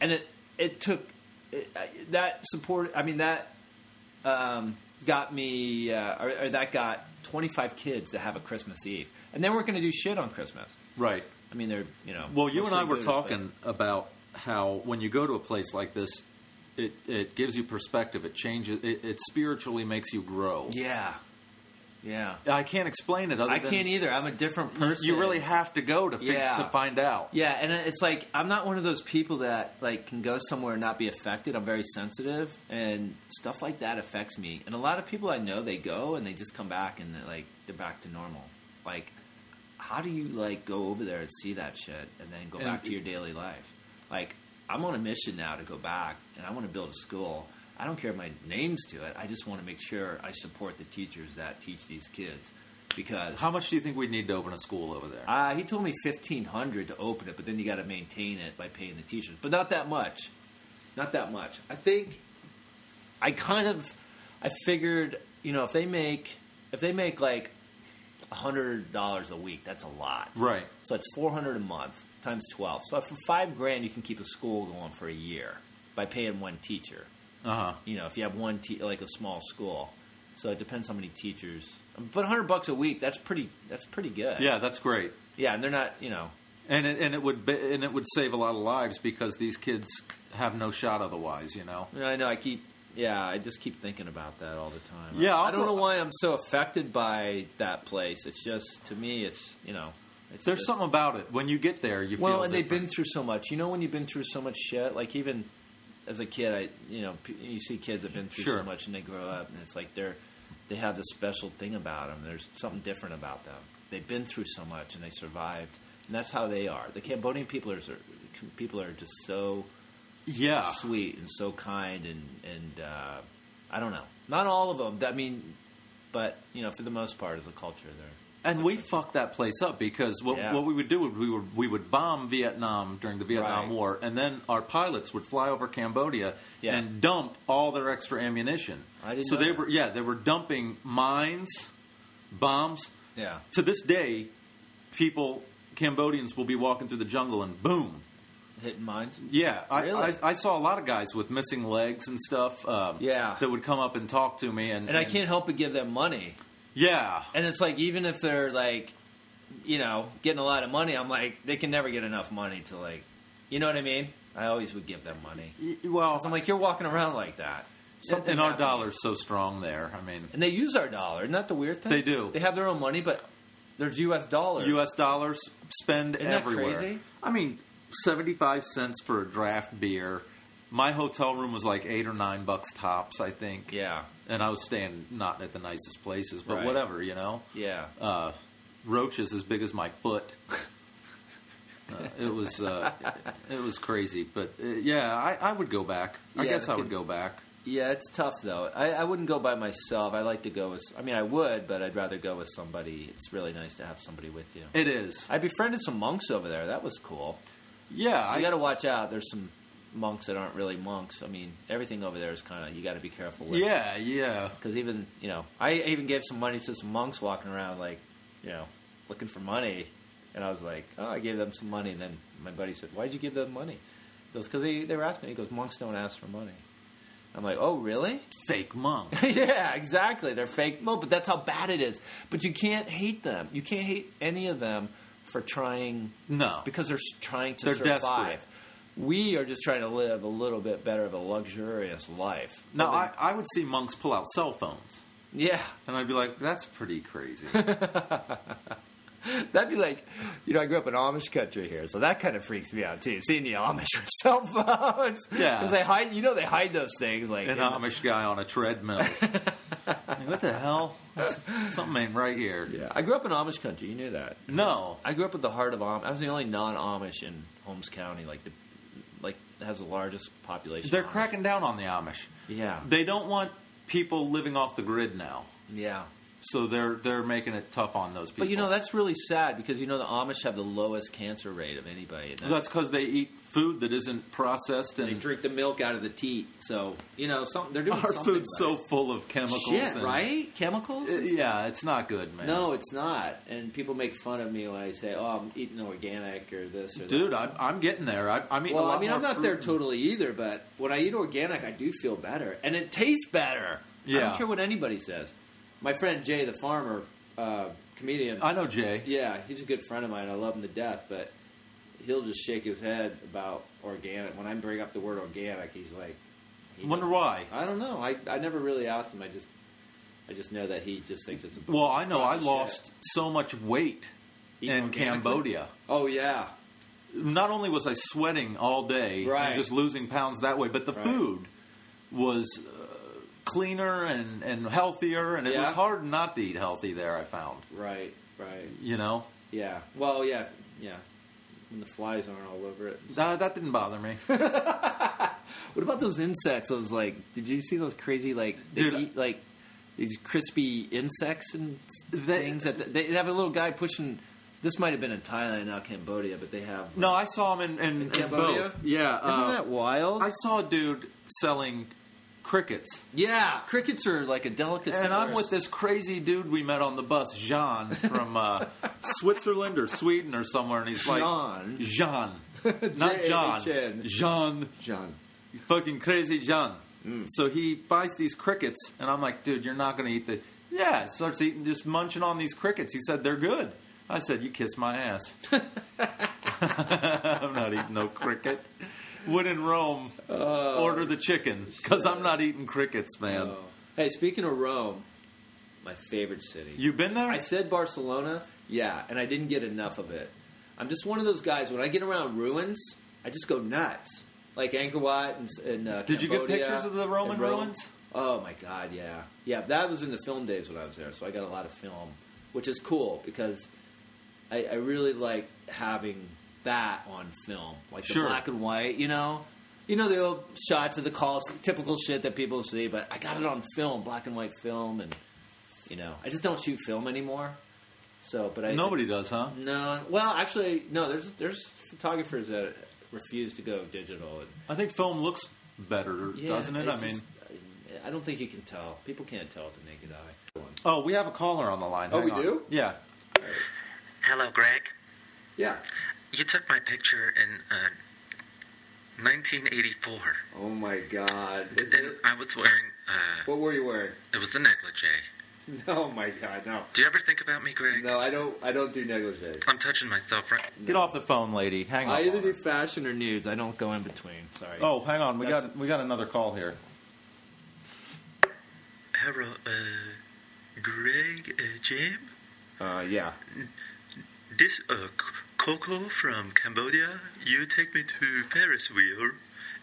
[SPEAKER 3] and it it took it, I- that support. I mean that um, got me, uh, or, or that got twenty five kids to have a Christmas Eve, and they weren't going to do shit on Christmas.
[SPEAKER 2] right.
[SPEAKER 3] I mean, they're you know.
[SPEAKER 2] Well, you and
[SPEAKER 3] mostly
[SPEAKER 2] I were
[SPEAKER 3] Buddhists, but-
[SPEAKER 2] talking about how when you go to a place like this, it, it gives you perspective. It changes. It, it spiritually makes you grow.
[SPEAKER 3] Yeah. Yeah.
[SPEAKER 2] I can't explain it. Other
[SPEAKER 3] I
[SPEAKER 2] than
[SPEAKER 3] can't either. I'm a different person.
[SPEAKER 2] You really have to go to fi-
[SPEAKER 3] Yeah.
[SPEAKER 2] to find out.
[SPEAKER 3] Yeah, and it's like I'm not one of those people that like can go somewhere and not be affected. I'm very sensitive and stuff like that affects me. And a lot of people I know they go and they just come back and they're like they're back to normal. Like how do you like go over there and see that shit and then go
[SPEAKER 2] And-
[SPEAKER 3] back to your daily life? Like I'm on a mission now to go back and I want to build a school. I don't care if my name's to it. I just want to make sure I support the teachers that teach these kids because
[SPEAKER 2] How much do you think we'd need to open a school over there?
[SPEAKER 3] uh, he told me fifteen hundred to open it, but then you got to maintain it by paying the teachers, but not that much, not that much. I think I kind of I figured you know if they make if they make like hundred dollars a week, that's a lot,
[SPEAKER 2] right.
[SPEAKER 3] So it's four hundred a month times twelve. So for five grand, you can keep a school going for a year by paying one teacher
[SPEAKER 2] Uh huh.
[SPEAKER 3] you know, if you have one te- like a small school. So it depends how many teachers. But 100 bucks a week, that's pretty that's pretty good.
[SPEAKER 2] Yeah, that's great.
[SPEAKER 3] Yeah, and they're not, you know.
[SPEAKER 2] And it, and it would be, and it would save a lot of lives because these kids have no shot otherwise. You know.
[SPEAKER 3] I know I keep yeah, I just keep thinking about that all the time.
[SPEAKER 2] Yeah, I'll
[SPEAKER 3] I, I don't
[SPEAKER 2] go-
[SPEAKER 3] know why I'm so affected by that place. It's just to me it's, you know, it's
[SPEAKER 2] There's
[SPEAKER 3] just-
[SPEAKER 2] something about it when you get there. You
[SPEAKER 3] Well,
[SPEAKER 2] feel
[SPEAKER 3] and they've
[SPEAKER 2] different.
[SPEAKER 3] been through so much. You know, when you've been through so much shit, like even as a kid, I you know p- you see kids have been through
[SPEAKER 2] Sure.
[SPEAKER 3] so much and they grow up, and it's like they're they have this special thing about them. There's something different about them. They've been through so much and they survived, and that's how they are. The Cambodian people are people are just so
[SPEAKER 2] yeah.
[SPEAKER 3] sweet and so kind and and uh, I don't know, not all of them. I mean, but you know, for the most part, as a culture, they're
[SPEAKER 2] And we fucked that place up because what,
[SPEAKER 3] Yeah.
[SPEAKER 2] what we would do would we would we would bomb Vietnam during the Vietnam
[SPEAKER 3] Right.
[SPEAKER 2] War, and then our pilots would fly over Cambodia
[SPEAKER 3] Yeah.
[SPEAKER 2] and dump all their extra ammunition.
[SPEAKER 3] I didn't
[SPEAKER 2] so
[SPEAKER 3] know
[SPEAKER 2] they
[SPEAKER 3] that.
[SPEAKER 2] were yeah they were dumping mines, bombs.
[SPEAKER 3] yeah.
[SPEAKER 2] To this day, people Cambodians will be walking through the jungle and boom.
[SPEAKER 3] Hitting mines.
[SPEAKER 2] Yeah, I,
[SPEAKER 3] Really?
[SPEAKER 2] I, I saw a lot of guys with missing legs and stuff. Um,
[SPEAKER 3] Yeah.
[SPEAKER 2] that would come up and talk to me, and
[SPEAKER 3] And I can't help but give them money.
[SPEAKER 2] Yeah,
[SPEAKER 3] And it's like even if they're like, you know, getting a lot of money, I'm like they can never get enough money to like, you know what I mean? I always would give them money.
[SPEAKER 2] Y- well,
[SPEAKER 3] 'Cause I'm like you're walking around like that. Something
[SPEAKER 2] and our
[SPEAKER 3] happened.
[SPEAKER 2] dollar's so strong there. I mean,
[SPEAKER 3] and they use our dollar. Isn't that the weird thing?
[SPEAKER 2] They do.
[SPEAKER 3] They have their own money, but there's U.S. dollars.
[SPEAKER 2] U.S. dollars spend
[SPEAKER 3] that
[SPEAKER 2] everywhere.
[SPEAKER 3] crazy?
[SPEAKER 2] I mean, seventy-five cents for a draft beer. My hotel room was like eight or nine bucks tops, I think.
[SPEAKER 3] Yeah,
[SPEAKER 2] and I was staying not at the nicest places, but
[SPEAKER 3] Right.
[SPEAKER 2] whatever, you know.
[SPEAKER 3] yeah.
[SPEAKER 2] Uh, roaches as big as my foot.
[SPEAKER 3] *laughs*
[SPEAKER 2] Uh, it was uh, it was crazy, but uh, yeah, I, I would go back. I
[SPEAKER 3] Yeah,
[SPEAKER 2] guess I
[SPEAKER 3] they
[SPEAKER 2] would
[SPEAKER 3] could-
[SPEAKER 2] go back.
[SPEAKER 3] Yeah, it's tough though. I, I wouldn't go by myself. I like to go with. I mean, I would, but I'd rather go with somebody. It's really nice to have somebody with you.
[SPEAKER 2] It is,
[SPEAKER 3] I befriended some monks over there. That was cool.
[SPEAKER 2] yeah. I
[SPEAKER 3] you got to watch out. There's some monks that aren't really monks. I mean, everything over there is kind of you got to be careful with.
[SPEAKER 2] *laughs* yeah, yeah.
[SPEAKER 3] Because even you know, I even gave some money to some monks walking around, like you know, looking for money, and I was like, oh, I gave them some money, and then my buddy said, why'd you give them money? He goes, because they they were asking. He goes, monks don't ask for money. I'm like, oh, really?
[SPEAKER 2] Fake monks.
[SPEAKER 3] *laughs* yeah, exactly. They're fake. No, but that's how bad it is. But you can't hate them. You can't hate any of them for trying
[SPEAKER 2] No.
[SPEAKER 3] because they're s- trying to
[SPEAKER 2] They're
[SPEAKER 3] survive.
[SPEAKER 2] desperate.
[SPEAKER 3] We are just trying to live a little bit better of a luxurious life.
[SPEAKER 2] Now, I, I would see monks pull out cell phones.
[SPEAKER 3] Yeah, *laughs*
[SPEAKER 2] And I'd be like, that's pretty crazy.
[SPEAKER 3] that'd be like, you know, I grew up in Amish country here, so that kind of freaks me out too. Seeing the Amish with *laughs* cell phones,
[SPEAKER 2] Yeah.
[SPEAKER 3] because they hide, you know, they hide those things like
[SPEAKER 2] An
[SPEAKER 3] in-
[SPEAKER 2] Amish guy on a treadmill. Like, what the hell? That's- something ain't right here.
[SPEAKER 3] Yeah, I grew up in Amish country. You knew that.
[SPEAKER 2] No.
[SPEAKER 3] I grew up with the heart of Amish. I was the only non-Amish in Holmes County, like the like has the largest population.
[SPEAKER 2] They're
[SPEAKER 3] Amish.
[SPEAKER 2] cracking down on the Amish.
[SPEAKER 3] Yeah,
[SPEAKER 2] They don't want people living off the grid now.
[SPEAKER 3] yeah.
[SPEAKER 2] So they're they're making it tough on those people.
[SPEAKER 3] But you know that's really sad because you know the Amish have the lowest cancer rate of anybody. And
[SPEAKER 2] that's because they eat food that isn't processed
[SPEAKER 3] they
[SPEAKER 2] and
[SPEAKER 3] drink the milk out of the teat, so you know something. They're doing
[SPEAKER 2] *laughs* our
[SPEAKER 3] something
[SPEAKER 2] food's
[SPEAKER 3] about
[SPEAKER 2] so full of chemicals.
[SPEAKER 3] it. shit,
[SPEAKER 2] and-
[SPEAKER 3] right? Chemicals?
[SPEAKER 2] Uh, Yeah, it's not good, man.
[SPEAKER 3] no, it's not. And people make fun of me when I say, "Oh, I'm eating organic or this or that."
[SPEAKER 2] dude, I'm I'm getting there. I, I'm eating. a
[SPEAKER 3] Well,
[SPEAKER 2] lot
[SPEAKER 3] I mean,
[SPEAKER 2] more
[SPEAKER 3] I'm not
[SPEAKER 2] fruit
[SPEAKER 3] there
[SPEAKER 2] and-
[SPEAKER 3] totally either, but when I eat organic, I do feel better, and it tastes better. I
[SPEAKER 2] Yeah.
[SPEAKER 3] don't care what anybody says. My friend Jay, the farmer uh, comedian,
[SPEAKER 2] I know Jay.
[SPEAKER 3] yeah, he's a good friend of mine. I love him to death, but he'll just shake his head about organic. When I bring up the word organic, he's like, he
[SPEAKER 2] Wonder
[SPEAKER 3] doesn't-
[SPEAKER 2] why.
[SPEAKER 3] I don't know. I I never really asked him. I just I just know that he just thinks it's a
[SPEAKER 2] Well, I know I
[SPEAKER 3] Shit.
[SPEAKER 2] lost so much weight
[SPEAKER 3] Eating
[SPEAKER 2] in
[SPEAKER 3] organically?
[SPEAKER 2] Cambodia.
[SPEAKER 3] Oh yeah,
[SPEAKER 2] Not only was I sweating all day
[SPEAKER 3] Right.
[SPEAKER 2] and just losing pounds that way, but the
[SPEAKER 3] Right.
[SPEAKER 2] food was uh, cleaner and, and healthier, and it was
[SPEAKER 3] Yeah.
[SPEAKER 2] hard not to eat healthy there, I found.
[SPEAKER 3] right, right.
[SPEAKER 2] You know?
[SPEAKER 3] Yeah. Well, yeah, yeah. When the flies aren't all over it.
[SPEAKER 2] Uh, that didn't bother
[SPEAKER 3] *laughs*
[SPEAKER 2] me.
[SPEAKER 3] What about those insects? Those like, did you see those crazy like they
[SPEAKER 2] Dude,
[SPEAKER 3] eat like these crispy insects and
[SPEAKER 2] They-
[SPEAKER 3] things that they, they have a little guy pushing. This might have been in Thailand, now Cambodia, but they have.
[SPEAKER 2] No, I saw him in, in, in
[SPEAKER 3] Cambodia?
[SPEAKER 2] both. Yeah.
[SPEAKER 3] Isn't
[SPEAKER 2] uh,
[SPEAKER 3] that wild?
[SPEAKER 2] I saw a dude selling crickets.
[SPEAKER 3] yeah, crickets are like a delicacy.
[SPEAKER 2] And I'm with this crazy dude we met on the bus, Jean, from
[SPEAKER 3] *laughs*
[SPEAKER 2] uh, Switzerland or Sweden or somewhere, and he's like,
[SPEAKER 3] Jean. *laughs*
[SPEAKER 2] Jean. Not John.
[SPEAKER 3] J-A-H-N.
[SPEAKER 2] Jean.
[SPEAKER 3] John.
[SPEAKER 2] Fucking crazy Jean.
[SPEAKER 3] Mm.
[SPEAKER 2] So he buys these crickets, and I'm like, dude, you're not going to eat the. Yeah, starts eating, just munching on these crickets. He said, they're good. I said, you kiss my
[SPEAKER 3] *laughs*
[SPEAKER 2] ass. I'm not eating no cricket. When in Rome, order the chicken, because I'm not eating crickets, man.
[SPEAKER 3] Oh. Hey, speaking of Rome, my favorite city.
[SPEAKER 2] You been there?
[SPEAKER 3] I said Barcelona, yeah, and I didn't get enough of it. I'm just one of those guys. When I get around ruins, I just go nuts. Like Angkor Wat and, and uh,
[SPEAKER 2] Did you get
[SPEAKER 3] Cambodia
[SPEAKER 2] pictures of the Roman
[SPEAKER 3] and Rome.
[SPEAKER 2] ruins?
[SPEAKER 3] Oh my god, yeah, yeah. That was in the film days when I was there, so I got a lot of film, which is cool because I, I really like having that on film, like
[SPEAKER 2] Sure.
[SPEAKER 3] the black and white. You know, you know the old shots of the calls, typical shit that people see, but I got it on film, black and white film, and you know, I just don't shoot film anymore. So, but I
[SPEAKER 2] Nobody does, huh?
[SPEAKER 3] no. Well, actually, no. There's there's photographers that refuse to go digital. And,
[SPEAKER 2] I think film looks better,
[SPEAKER 3] yeah,
[SPEAKER 2] doesn't it?
[SPEAKER 3] I
[SPEAKER 2] I mean,
[SPEAKER 3] just- I don't think you can tell. People can't tell with the naked eye.
[SPEAKER 2] oh, we have a caller on the line.
[SPEAKER 4] Oh,
[SPEAKER 2] Hang
[SPEAKER 4] we
[SPEAKER 2] on.
[SPEAKER 4] do?
[SPEAKER 2] Yeah.
[SPEAKER 5] Hello, Greg.
[SPEAKER 4] Yeah.
[SPEAKER 5] You took my picture in uh, 1984,
[SPEAKER 4] Oh my God. Is
[SPEAKER 5] and
[SPEAKER 4] it-
[SPEAKER 5] I was wearing uh,
[SPEAKER 4] what were you wearing? *laughs*
[SPEAKER 5] it was the negligee.
[SPEAKER 4] Oh my God. No.
[SPEAKER 5] Do you ever think about me, Greg?
[SPEAKER 4] No, I don't. I don't do negligees.
[SPEAKER 5] I'm touching myself right.
[SPEAKER 2] Get off the phone, lady. Hang on.
[SPEAKER 4] I either
[SPEAKER 2] on her.
[SPEAKER 4] do fashion or nudes. I
[SPEAKER 3] I don't go in between. Sorry.
[SPEAKER 2] oh, hang on. We
[SPEAKER 3] That's-
[SPEAKER 2] got we got another call here.
[SPEAKER 5] Hello, uh, Greg, uh, Jim.
[SPEAKER 4] Uh, yeah.
[SPEAKER 5] This uh, C- Coco from Cambodia. You take me to Ferris wheel,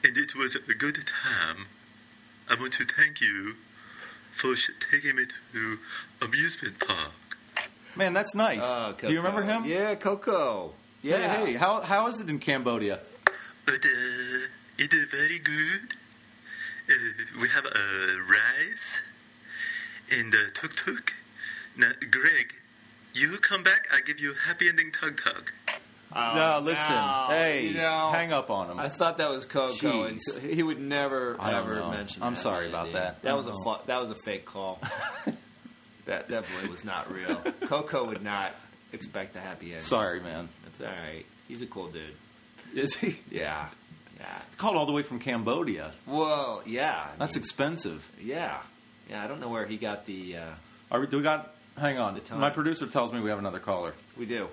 [SPEAKER 5] and it was a good time. I want to thank you for sh- taking me to amusement park.
[SPEAKER 2] Man, that's nice.
[SPEAKER 3] Oh,
[SPEAKER 2] do you remember
[SPEAKER 3] Coco.
[SPEAKER 2] him?
[SPEAKER 4] Uh, Yeah, Coco.
[SPEAKER 2] Say, hey, how how is it in Cambodia?
[SPEAKER 5] But uh, it is very good. Uh, we have uh, rice and uh, tuk tuk. Now, Greg, you come back. I give you happy ending tug tug.
[SPEAKER 2] Oh, no, listen.
[SPEAKER 4] Oh,
[SPEAKER 3] no,
[SPEAKER 2] hey,
[SPEAKER 3] you know.
[SPEAKER 2] hang up on him.
[SPEAKER 3] I thought that was Coco, and
[SPEAKER 2] Jeez.
[SPEAKER 3] he would never
[SPEAKER 2] I don't
[SPEAKER 3] ever
[SPEAKER 2] know.
[SPEAKER 3] mention.
[SPEAKER 2] I'm
[SPEAKER 3] that,
[SPEAKER 2] sorry about
[SPEAKER 3] dude.
[SPEAKER 2] that. I
[SPEAKER 3] That was a
[SPEAKER 2] don't
[SPEAKER 3] fu- that was a
[SPEAKER 2] *laughs*
[SPEAKER 3] fake call. that that boy was not real. Coco would not expect a happy ending.
[SPEAKER 2] Sorry, man.
[SPEAKER 3] That's all right. He's a cool dude.
[SPEAKER 2] Is he?
[SPEAKER 3] Yeah.
[SPEAKER 2] *laughs* Called all the way from Cambodia.
[SPEAKER 3] Well, yeah, I
[SPEAKER 2] That's
[SPEAKER 3] mean,
[SPEAKER 2] expensive.
[SPEAKER 3] yeah, yeah. I don't know where he got the. Uh,
[SPEAKER 2] Are we, do we got? Hang on.
[SPEAKER 3] time.
[SPEAKER 2] My producer tells me we have another caller.
[SPEAKER 3] we do.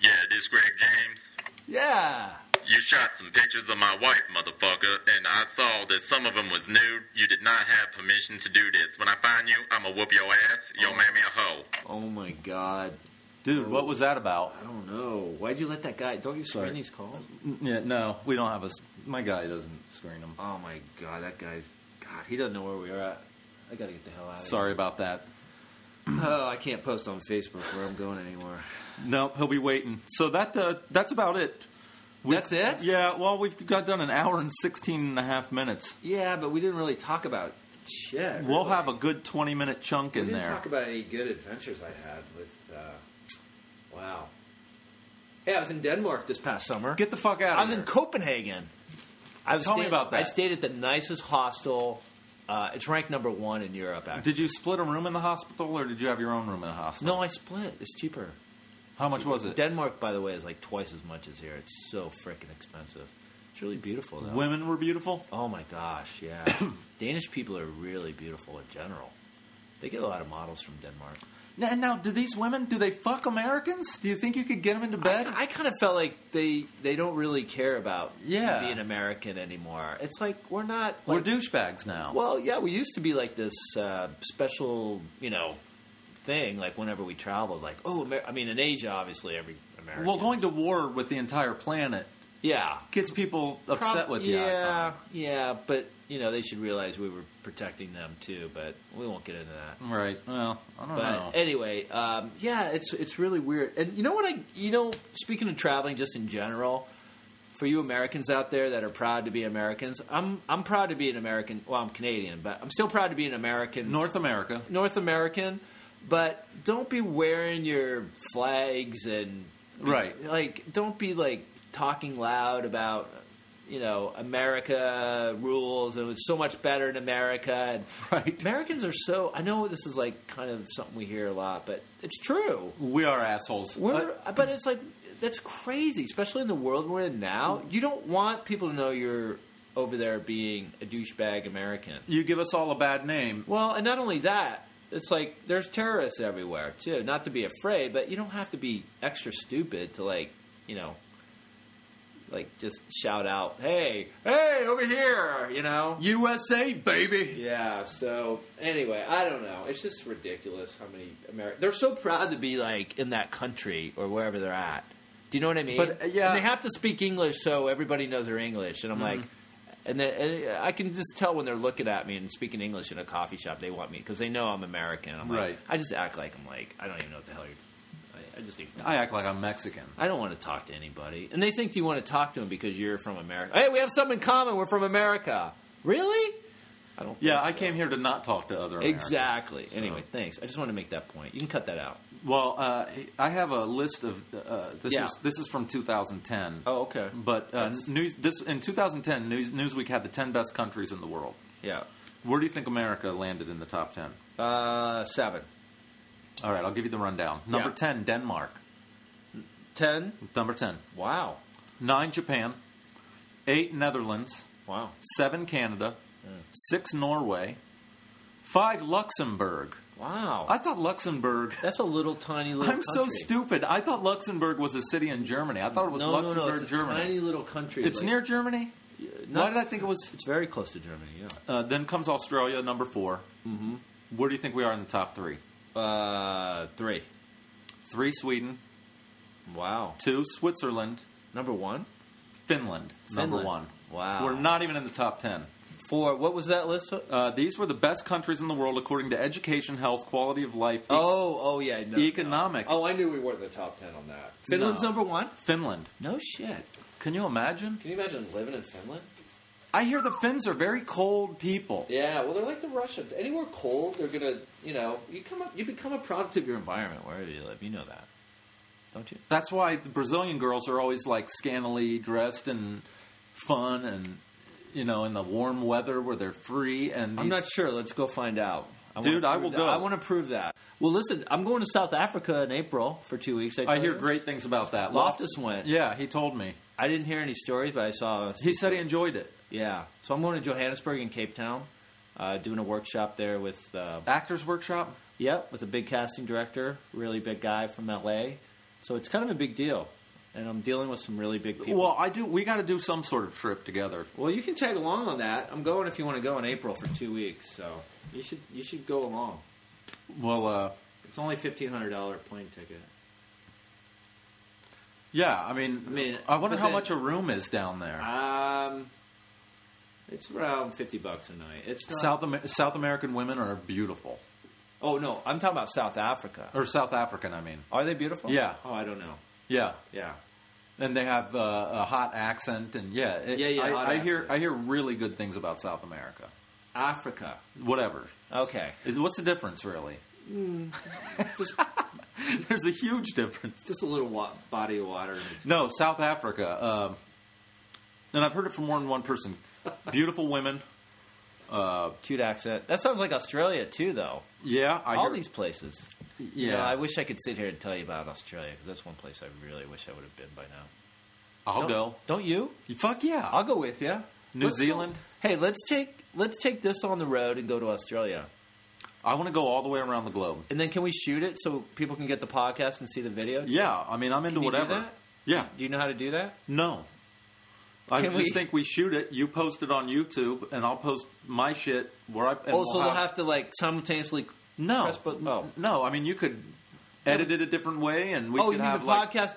[SPEAKER 5] Yeah, this Greg James.
[SPEAKER 3] Yeah.
[SPEAKER 5] You shot some pictures of my wife, motherfucker, and I saw that some of them was nude. You did not have permission to do this. When I find you, I'ma whoop your ass. Yo, mammy a hoe.
[SPEAKER 3] Oh my God.
[SPEAKER 2] Dude, what was that about?
[SPEAKER 3] I don't know. Why'd you let that guy? Don't you screen
[SPEAKER 2] Sorry.
[SPEAKER 3] these calls?
[SPEAKER 2] N- Yeah, no, we don't have a. s- My guy doesn't screen them.
[SPEAKER 3] Oh my God, that guy's. God, he doesn't know where we are at. I gotta get the hell out of
[SPEAKER 2] Sorry about that.
[SPEAKER 3] here. Oh, I can't post on Facebook where I'm going anymore.
[SPEAKER 2] No, he'll be waiting. So that uh, that's about it.
[SPEAKER 3] That's it?
[SPEAKER 2] Yeah, well, we've got done an hour and 16 and a half minutes.
[SPEAKER 3] Yeah, but we didn't really talk about shit.
[SPEAKER 2] We'll
[SPEAKER 3] really.
[SPEAKER 2] have a good 20 minute chunk
[SPEAKER 4] We
[SPEAKER 2] in
[SPEAKER 4] didn't
[SPEAKER 2] there.
[SPEAKER 4] talk about any good adventures I had with. Uh, wow. Hey, I was in Denmark this past summer.
[SPEAKER 2] Get the fuck out
[SPEAKER 3] I
[SPEAKER 2] of
[SPEAKER 3] was
[SPEAKER 2] here.
[SPEAKER 3] in Copenhagen. I was
[SPEAKER 2] Tell me
[SPEAKER 3] staying-
[SPEAKER 2] about that.
[SPEAKER 3] I stayed at the nicest hostel. Uh, it's ranked number one in Europe. Actually,
[SPEAKER 2] did you split a room in the hospital or did you have your own room in the hospital?
[SPEAKER 3] no, I split. It's cheaper.
[SPEAKER 2] How much was it?
[SPEAKER 3] Denmark, by the way, is like twice as much as here. It's so freaking expensive. It's really beautiful though.
[SPEAKER 2] Women were beautiful?
[SPEAKER 3] Oh my gosh, *coughs* yeah. Danish people are really beautiful in general. They get a lot of models from Denmark.
[SPEAKER 2] Now, now, do these women, do they fuck Americans? Do you think you could get them into bed?
[SPEAKER 3] I, kind of felt like they they don't really care about
[SPEAKER 2] Yeah.
[SPEAKER 3] being American anymore. It's like we're not.
[SPEAKER 2] we're
[SPEAKER 3] like-
[SPEAKER 2] douchebags now.
[SPEAKER 3] Well, yeah, we used to be like this uh, special, you know, thing. Like whenever we traveled, like oh, Amer- I mean, in Asia, obviously, every American.
[SPEAKER 2] well, going to war with the entire planet
[SPEAKER 3] yeah,
[SPEAKER 2] gets people upset
[SPEAKER 3] Prob-
[SPEAKER 2] with you.
[SPEAKER 3] yeah, yeah, but you know, they should realize we were protecting them too. But we won't get into that.
[SPEAKER 2] Right. Well, I don't
[SPEAKER 3] But
[SPEAKER 2] know.
[SPEAKER 3] anyway, um, yeah, it's it's really weird. And you know what I you know, speaking of traveling just in general, for you Americans out there that are proud to be Americans, I'm I'm proud to be an American. Well, I'm Canadian, but I'm still proud to be an American.
[SPEAKER 2] North America.
[SPEAKER 3] North American, but don't be wearing your flags and
[SPEAKER 2] Right.
[SPEAKER 3] like don't be like talking loud about you know America rules and it's so much better in America and
[SPEAKER 2] *laughs* Right.
[SPEAKER 3] Americans are so I know this is like kind of something we hear a lot, but it's true.
[SPEAKER 2] We are assholes.
[SPEAKER 3] We're, but it's like that's crazy, especially in the world we're in now. You don't want people to know you're over there being a douchebag American.
[SPEAKER 2] you give us all a bad name.
[SPEAKER 3] Well, and not only that, it's like there's terrorists everywhere too. Not to be afraid, but you don't have to be extra stupid to like, you know, like just shout out, "Hey, hey, over here!" You know.
[SPEAKER 2] USA, baby.
[SPEAKER 3] Yeah. So anyway, I don't know. It's just ridiculous how many Americans they're so proud to be like in that country or wherever they're at. Do you know what I mean?
[SPEAKER 2] But, uh, yeah. Mm-hmm.
[SPEAKER 3] and they have to speak English so everybody knows their English. And I'm like, and, then, and I can just tell when they're looking at me and speaking English in a coffee shop, they want me because they know I'm American. I'm like,
[SPEAKER 2] Right.
[SPEAKER 3] I just act like I'm like I don't even know what the hell you're. I, I just think
[SPEAKER 2] I act like I'm Mexican.
[SPEAKER 3] I don't want to talk to anybody, and they think you want to talk to them because you're from America. Hey, we have something in common. We're from America. Really? I don't.
[SPEAKER 2] Yeah,
[SPEAKER 3] think
[SPEAKER 2] I
[SPEAKER 3] so.
[SPEAKER 2] came here to not talk to other Americans.
[SPEAKER 3] Exactly. Anyway, thanks. I just wanted to make that point. You can cut that out.
[SPEAKER 2] Well, uh, I have a list of uh, this
[SPEAKER 3] Yeah.
[SPEAKER 2] is this is from 2010.
[SPEAKER 3] Oh, okay.
[SPEAKER 2] But uh,
[SPEAKER 3] That's-
[SPEAKER 2] news this in 2010, news, Newsweek had the 10 best countries in the world.
[SPEAKER 3] Yeah.
[SPEAKER 2] Where do you think America landed in the top 10?
[SPEAKER 3] Uh, seven.
[SPEAKER 2] All right, I'll give you the rundown. Number
[SPEAKER 3] Yeah.
[SPEAKER 2] 10, Denmark.
[SPEAKER 3] Ten.
[SPEAKER 2] Number 10,
[SPEAKER 3] Wow.
[SPEAKER 2] 9 Japan, 8 Netherlands,
[SPEAKER 3] Wow.
[SPEAKER 2] 7 Canada, 6 Norway, 5 Luxembourg.
[SPEAKER 3] Wow.
[SPEAKER 2] I thought Luxembourg
[SPEAKER 3] That's a little tiny little.
[SPEAKER 2] *laughs* I'm so
[SPEAKER 3] country.
[SPEAKER 2] stupid. I thought Luxembourg was a city in Germany. I thought it was
[SPEAKER 3] No, no,
[SPEAKER 2] Luxembourg,
[SPEAKER 3] no. It's a
[SPEAKER 2] Germany.
[SPEAKER 3] tiny little country.
[SPEAKER 2] it's
[SPEAKER 3] like-
[SPEAKER 2] near Germany.
[SPEAKER 3] not-
[SPEAKER 2] Why did I think it was?
[SPEAKER 3] It's very close to Germany. Yeah.
[SPEAKER 2] Uh, then comes Australia, number 4 Mm-hmm. Where do you think we are in the top three?
[SPEAKER 3] Uh, three.
[SPEAKER 2] Three Sweden,
[SPEAKER 3] Wow.
[SPEAKER 2] two Switzerland,
[SPEAKER 3] Number one.
[SPEAKER 2] Finland, number
[SPEAKER 3] Finland.
[SPEAKER 2] one.
[SPEAKER 3] Wow.
[SPEAKER 2] We're not even in the top ten.
[SPEAKER 3] Four. What was that list?
[SPEAKER 2] Uh, these were the best countries in the world according to education, health, quality of life, e-
[SPEAKER 3] Oh, oh yeah. No,
[SPEAKER 2] economic.
[SPEAKER 4] Oh, I knew we weren't in the top ten on that.
[SPEAKER 3] Finland's
[SPEAKER 2] No.
[SPEAKER 3] number one.
[SPEAKER 2] Finland.
[SPEAKER 3] No shit.
[SPEAKER 2] Can you imagine?
[SPEAKER 4] Can you imagine living in Finland?
[SPEAKER 2] I hear the Finns are very cold people.
[SPEAKER 4] Yeah, well, they're like the Russians. Anywhere cold, they're gonna, you know,
[SPEAKER 3] You come up. You become a product of your environment wherever you live. You know that, don't you?
[SPEAKER 2] That's why the Brazilian girls are always like scantily dressed and fun and you know in the warm weather where they're free and
[SPEAKER 3] I'm
[SPEAKER 2] these-
[SPEAKER 3] not sure. Let's go find out. wanna
[SPEAKER 2] Dude, I
[SPEAKER 3] prove
[SPEAKER 2] will
[SPEAKER 3] that.
[SPEAKER 2] go.
[SPEAKER 3] I want to prove that. Well, listen, I'm going to South Africa in April for two weeks.
[SPEAKER 2] I
[SPEAKER 3] told
[SPEAKER 2] hear
[SPEAKER 3] you.
[SPEAKER 2] great things about that.
[SPEAKER 3] Loftus went.
[SPEAKER 2] Yeah, he told me.
[SPEAKER 3] I didn't hear any stories, but I saw.
[SPEAKER 2] He said he enjoyed it.
[SPEAKER 3] Yeah, so I'm going to Johannesburg and Cape Town, uh, doing a workshop there with. Uh,
[SPEAKER 2] Actors workshop.
[SPEAKER 3] Yep, with a big casting director, really big guy from LA. So it's kind of a big deal, and I'm dealing with some really big people.
[SPEAKER 2] Well, I do. We got to do some sort of trip together.
[SPEAKER 3] Well, you can tag along on that. I'm going if you want to go in April for two weeks, so you should you should go along.
[SPEAKER 2] Well, uh,
[SPEAKER 3] It's only fifteen hundred dollar plane ticket.
[SPEAKER 2] yeah. I mean, I,
[SPEAKER 3] I mean,
[SPEAKER 2] wonder
[SPEAKER 3] but
[SPEAKER 2] how
[SPEAKER 3] then-
[SPEAKER 2] much a room is down there.
[SPEAKER 3] Um, it's around fifty bucks a night. It's not,
[SPEAKER 2] South Amer- South American women are beautiful,
[SPEAKER 3] Oh no, I'm talking about South Africa.
[SPEAKER 2] or South African. I mean,
[SPEAKER 3] Are they beautiful?
[SPEAKER 2] Yeah.
[SPEAKER 3] Oh, I don't know.
[SPEAKER 2] yeah.
[SPEAKER 3] Yeah.
[SPEAKER 2] And they have uh, a hot accent, and yeah, it-
[SPEAKER 3] Yeah, yeah,
[SPEAKER 2] I,
[SPEAKER 3] hot
[SPEAKER 2] I hear
[SPEAKER 3] accent.
[SPEAKER 2] I hear really good things about South America.
[SPEAKER 3] Africa.
[SPEAKER 2] Whatever.
[SPEAKER 3] Okay.
[SPEAKER 2] Is, what's the difference, really? *laughs*
[SPEAKER 3] Just,
[SPEAKER 2] There's a huge difference.
[SPEAKER 3] just a little wa- body of water. in between.
[SPEAKER 2] No, South Africa. Um, and I've heard it from more than one person. Beautiful women.
[SPEAKER 3] Cute accent. That sounds like Australia too, though.
[SPEAKER 2] Yeah, I
[SPEAKER 3] all
[SPEAKER 2] hear,
[SPEAKER 3] these places.
[SPEAKER 2] Yeah,
[SPEAKER 3] You know, I wish I could sit here and tell you about Australia because that's one place I really wish I would have been by now.
[SPEAKER 2] I'll go.
[SPEAKER 3] Don't, don't you?
[SPEAKER 2] Fuck yeah.
[SPEAKER 3] I'll go with you.
[SPEAKER 2] New Zealand.
[SPEAKER 3] Hey, let's take let's take this on the road and go to Australia,
[SPEAKER 2] I want to go all the way around the globe.
[SPEAKER 3] and then can we shoot it so people can get the podcast and see the video?
[SPEAKER 2] Yeah, I mean, I'm into
[SPEAKER 3] Can you do
[SPEAKER 2] whatever.
[SPEAKER 3] that?
[SPEAKER 2] Yeah,
[SPEAKER 3] Do you know how to do that?
[SPEAKER 2] no. I
[SPEAKER 3] Can
[SPEAKER 2] just
[SPEAKER 3] we-
[SPEAKER 2] think we shoot it. You post it on YouTube, and I'll post my shit where I. and
[SPEAKER 3] Oh, so we'll have to like simultaneously.
[SPEAKER 2] no,
[SPEAKER 3] press button- oh.
[SPEAKER 2] no. I mean, you could edit it a different way, and we
[SPEAKER 3] Oh,
[SPEAKER 2] could
[SPEAKER 3] you mean
[SPEAKER 2] have
[SPEAKER 3] the
[SPEAKER 2] like,
[SPEAKER 3] podcast?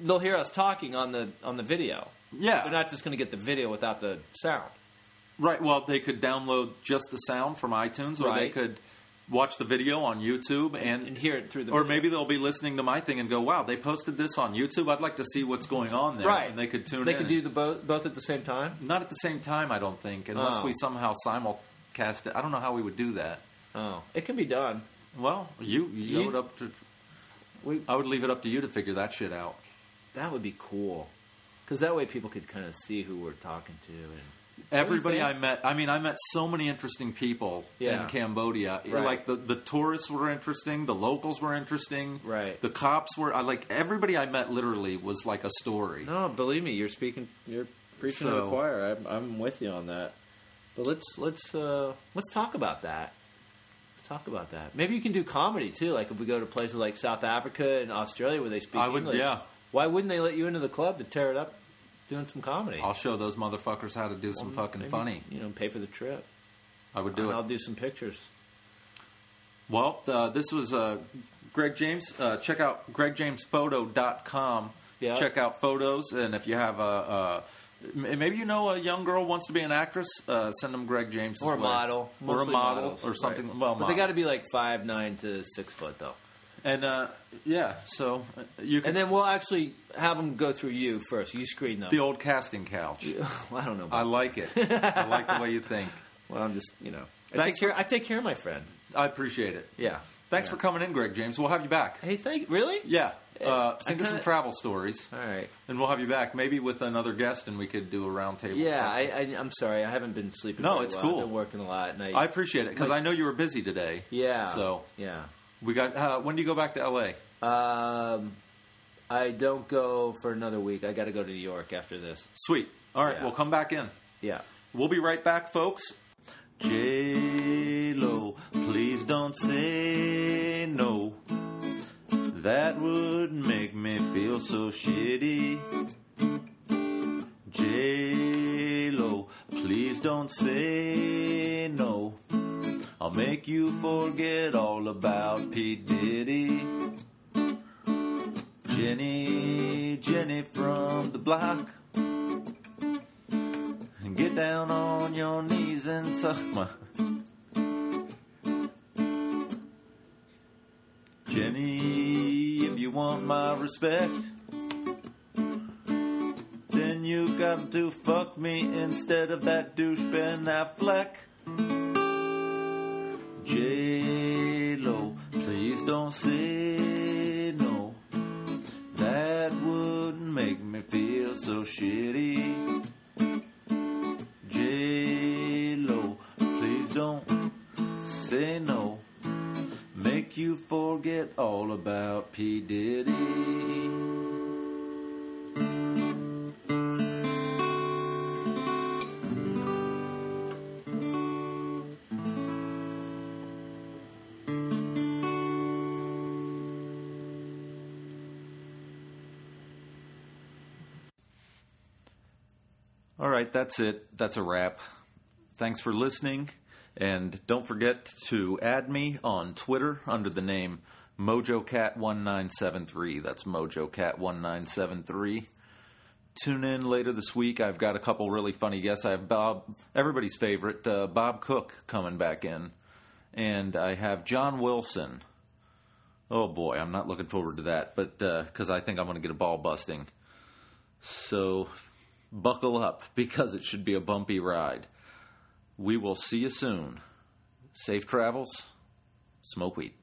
[SPEAKER 3] They'll hear us talking on the on the video.
[SPEAKER 2] Yeah,
[SPEAKER 3] They're not just going to get the video without the sound.
[SPEAKER 2] Right. Well, they could download just the sound from iTunes, or they
[SPEAKER 3] Right.
[SPEAKER 2] could watch the video on YouTube and,
[SPEAKER 3] and hear it through the
[SPEAKER 2] Or
[SPEAKER 3] video.
[SPEAKER 2] maybe they'll be listening to my thing and go, "Wow, they posted this on YouTube. I'd like to see what's going on there."
[SPEAKER 3] Right.
[SPEAKER 2] And they could tune
[SPEAKER 3] They
[SPEAKER 2] in.
[SPEAKER 3] could do the both both at the same time.
[SPEAKER 2] not at the same time, I don't think, unless
[SPEAKER 3] Oh.
[SPEAKER 2] we somehow simulcast it. I don't know how we would do that.
[SPEAKER 3] Oh, it can be done.
[SPEAKER 2] Well, you you,
[SPEAKER 3] You-
[SPEAKER 2] would up to.
[SPEAKER 3] We-
[SPEAKER 2] I would leave it up to you to figure that shit out.
[SPEAKER 3] That would be cool. Because that way people could kind of see who we're talking to. And
[SPEAKER 2] Everybody
[SPEAKER 3] think?
[SPEAKER 2] I met, I mean, I met so many interesting people
[SPEAKER 3] Yeah.
[SPEAKER 2] in Cambodia.
[SPEAKER 3] Right.
[SPEAKER 2] Like the, the tourists were interesting, the locals were interesting,
[SPEAKER 3] Right.
[SPEAKER 2] The cops were, I like everybody I met. Literally was like a story.
[SPEAKER 3] no, believe me, you're speaking, you're preaching to
[SPEAKER 2] So-
[SPEAKER 3] the choir. I'm, I'm with you on that. But let's let's uh, let's talk about that. Let's talk about that. Maybe you can do comedy too. Like if we go to places like South Africa and Australia where they speak
[SPEAKER 2] I would-
[SPEAKER 3] English.
[SPEAKER 2] yeah.
[SPEAKER 3] Why wouldn't they let you into the club to tear it up, doing some comedy?
[SPEAKER 2] I'll show those motherfuckers how to do some fucking
[SPEAKER 3] Maybe,
[SPEAKER 2] funny.
[SPEAKER 3] You know, pay for the trip.
[SPEAKER 2] I would do
[SPEAKER 3] and I'll
[SPEAKER 2] it.
[SPEAKER 3] do some pictures.
[SPEAKER 2] Well, uh, this was uh, Greg James. Uh, check out gregjamesphoto.com
[SPEAKER 3] Yeah.
[SPEAKER 2] to check out photos. And if you have a, uh, m- maybe you know a young girl wants to be an actress, uh, send them Greg James
[SPEAKER 3] Or a
[SPEAKER 2] or
[SPEAKER 3] model.
[SPEAKER 2] a
[SPEAKER 3] Mostly
[SPEAKER 2] model,
[SPEAKER 3] models,
[SPEAKER 2] or something.
[SPEAKER 3] right.
[SPEAKER 2] Well,
[SPEAKER 3] but they
[SPEAKER 2] model.
[SPEAKER 3] got to be like five nine to six foot though.
[SPEAKER 2] And uh, yeah, so uh, you can
[SPEAKER 3] And then we'll actually have them go through you first. You screen them.
[SPEAKER 2] the old casting couch.
[SPEAKER 3] Well, *laughs* I don't know.
[SPEAKER 2] I
[SPEAKER 3] About
[SPEAKER 2] like it. I like the way you
[SPEAKER 3] *laughs*
[SPEAKER 2] think.
[SPEAKER 3] well, I'm just you know. I
[SPEAKER 2] Thanks
[SPEAKER 3] take care. I take care of my friend.
[SPEAKER 2] I appreciate it.
[SPEAKER 3] Yeah.
[SPEAKER 2] Thanks for coming in, Greg James. We'll have you back.
[SPEAKER 3] Hey, thank. Really?
[SPEAKER 2] Yeah, uh,
[SPEAKER 3] I
[SPEAKER 2] think of some
[SPEAKER 3] kinda-
[SPEAKER 2] travel stories,
[SPEAKER 3] All right.
[SPEAKER 2] and we'll have you back maybe with another guest, and we could do a roundtable.
[SPEAKER 3] Yeah. I, I I'm sorry. I haven't been sleeping.
[SPEAKER 2] No,
[SPEAKER 3] very
[SPEAKER 2] it's
[SPEAKER 3] well.
[SPEAKER 2] cool.
[SPEAKER 3] I've been working a lot. And I,
[SPEAKER 2] I appreciate it because I know you were busy today.
[SPEAKER 3] Yeah.
[SPEAKER 2] So
[SPEAKER 3] Yeah.
[SPEAKER 2] we got. Uh, when do you go back to L.A.?
[SPEAKER 3] Um, I don't go for another week. I got to go to New York after this.
[SPEAKER 2] Sweet. All right,
[SPEAKER 3] Yeah.
[SPEAKER 2] we'll come back in.
[SPEAKER 3] Yeah.
[SPEAKER 2] We'll be right back, folks. J Lo, please don't say no. That would make me feel so shitty. J Lo, please don't say no. I'll make you forget all about P Diddy. Jenny, Jenny from the block. And get down on your knees and suck my. Jenny, if you want my respect, then you got to fuck me instead of that douche Ben Affleck. J Lo, please don't say no. That would make me feel so shitty. J Lo, please don't say no.
[SPEAKER 1] you forget all about P. Diddy.
[SPEAKER 2] All right, that's it. That's a wrap. Thanks for listening. And don't forget to add me on Twitter under the name MojoCat1973. That's MojoCat1973. Tune in later this week. I've got a couple really funny guests. I have Bob, everybody's favorite, uh, Bob Cook coming back in. And I have John Wilson. Oh boy, I'm not looking forward to that, but because I think I'm going to get a ball busting. So buckle up *laughs* because it should be a bumpy ride. We will see you soon. Safe travels. Smoke weed.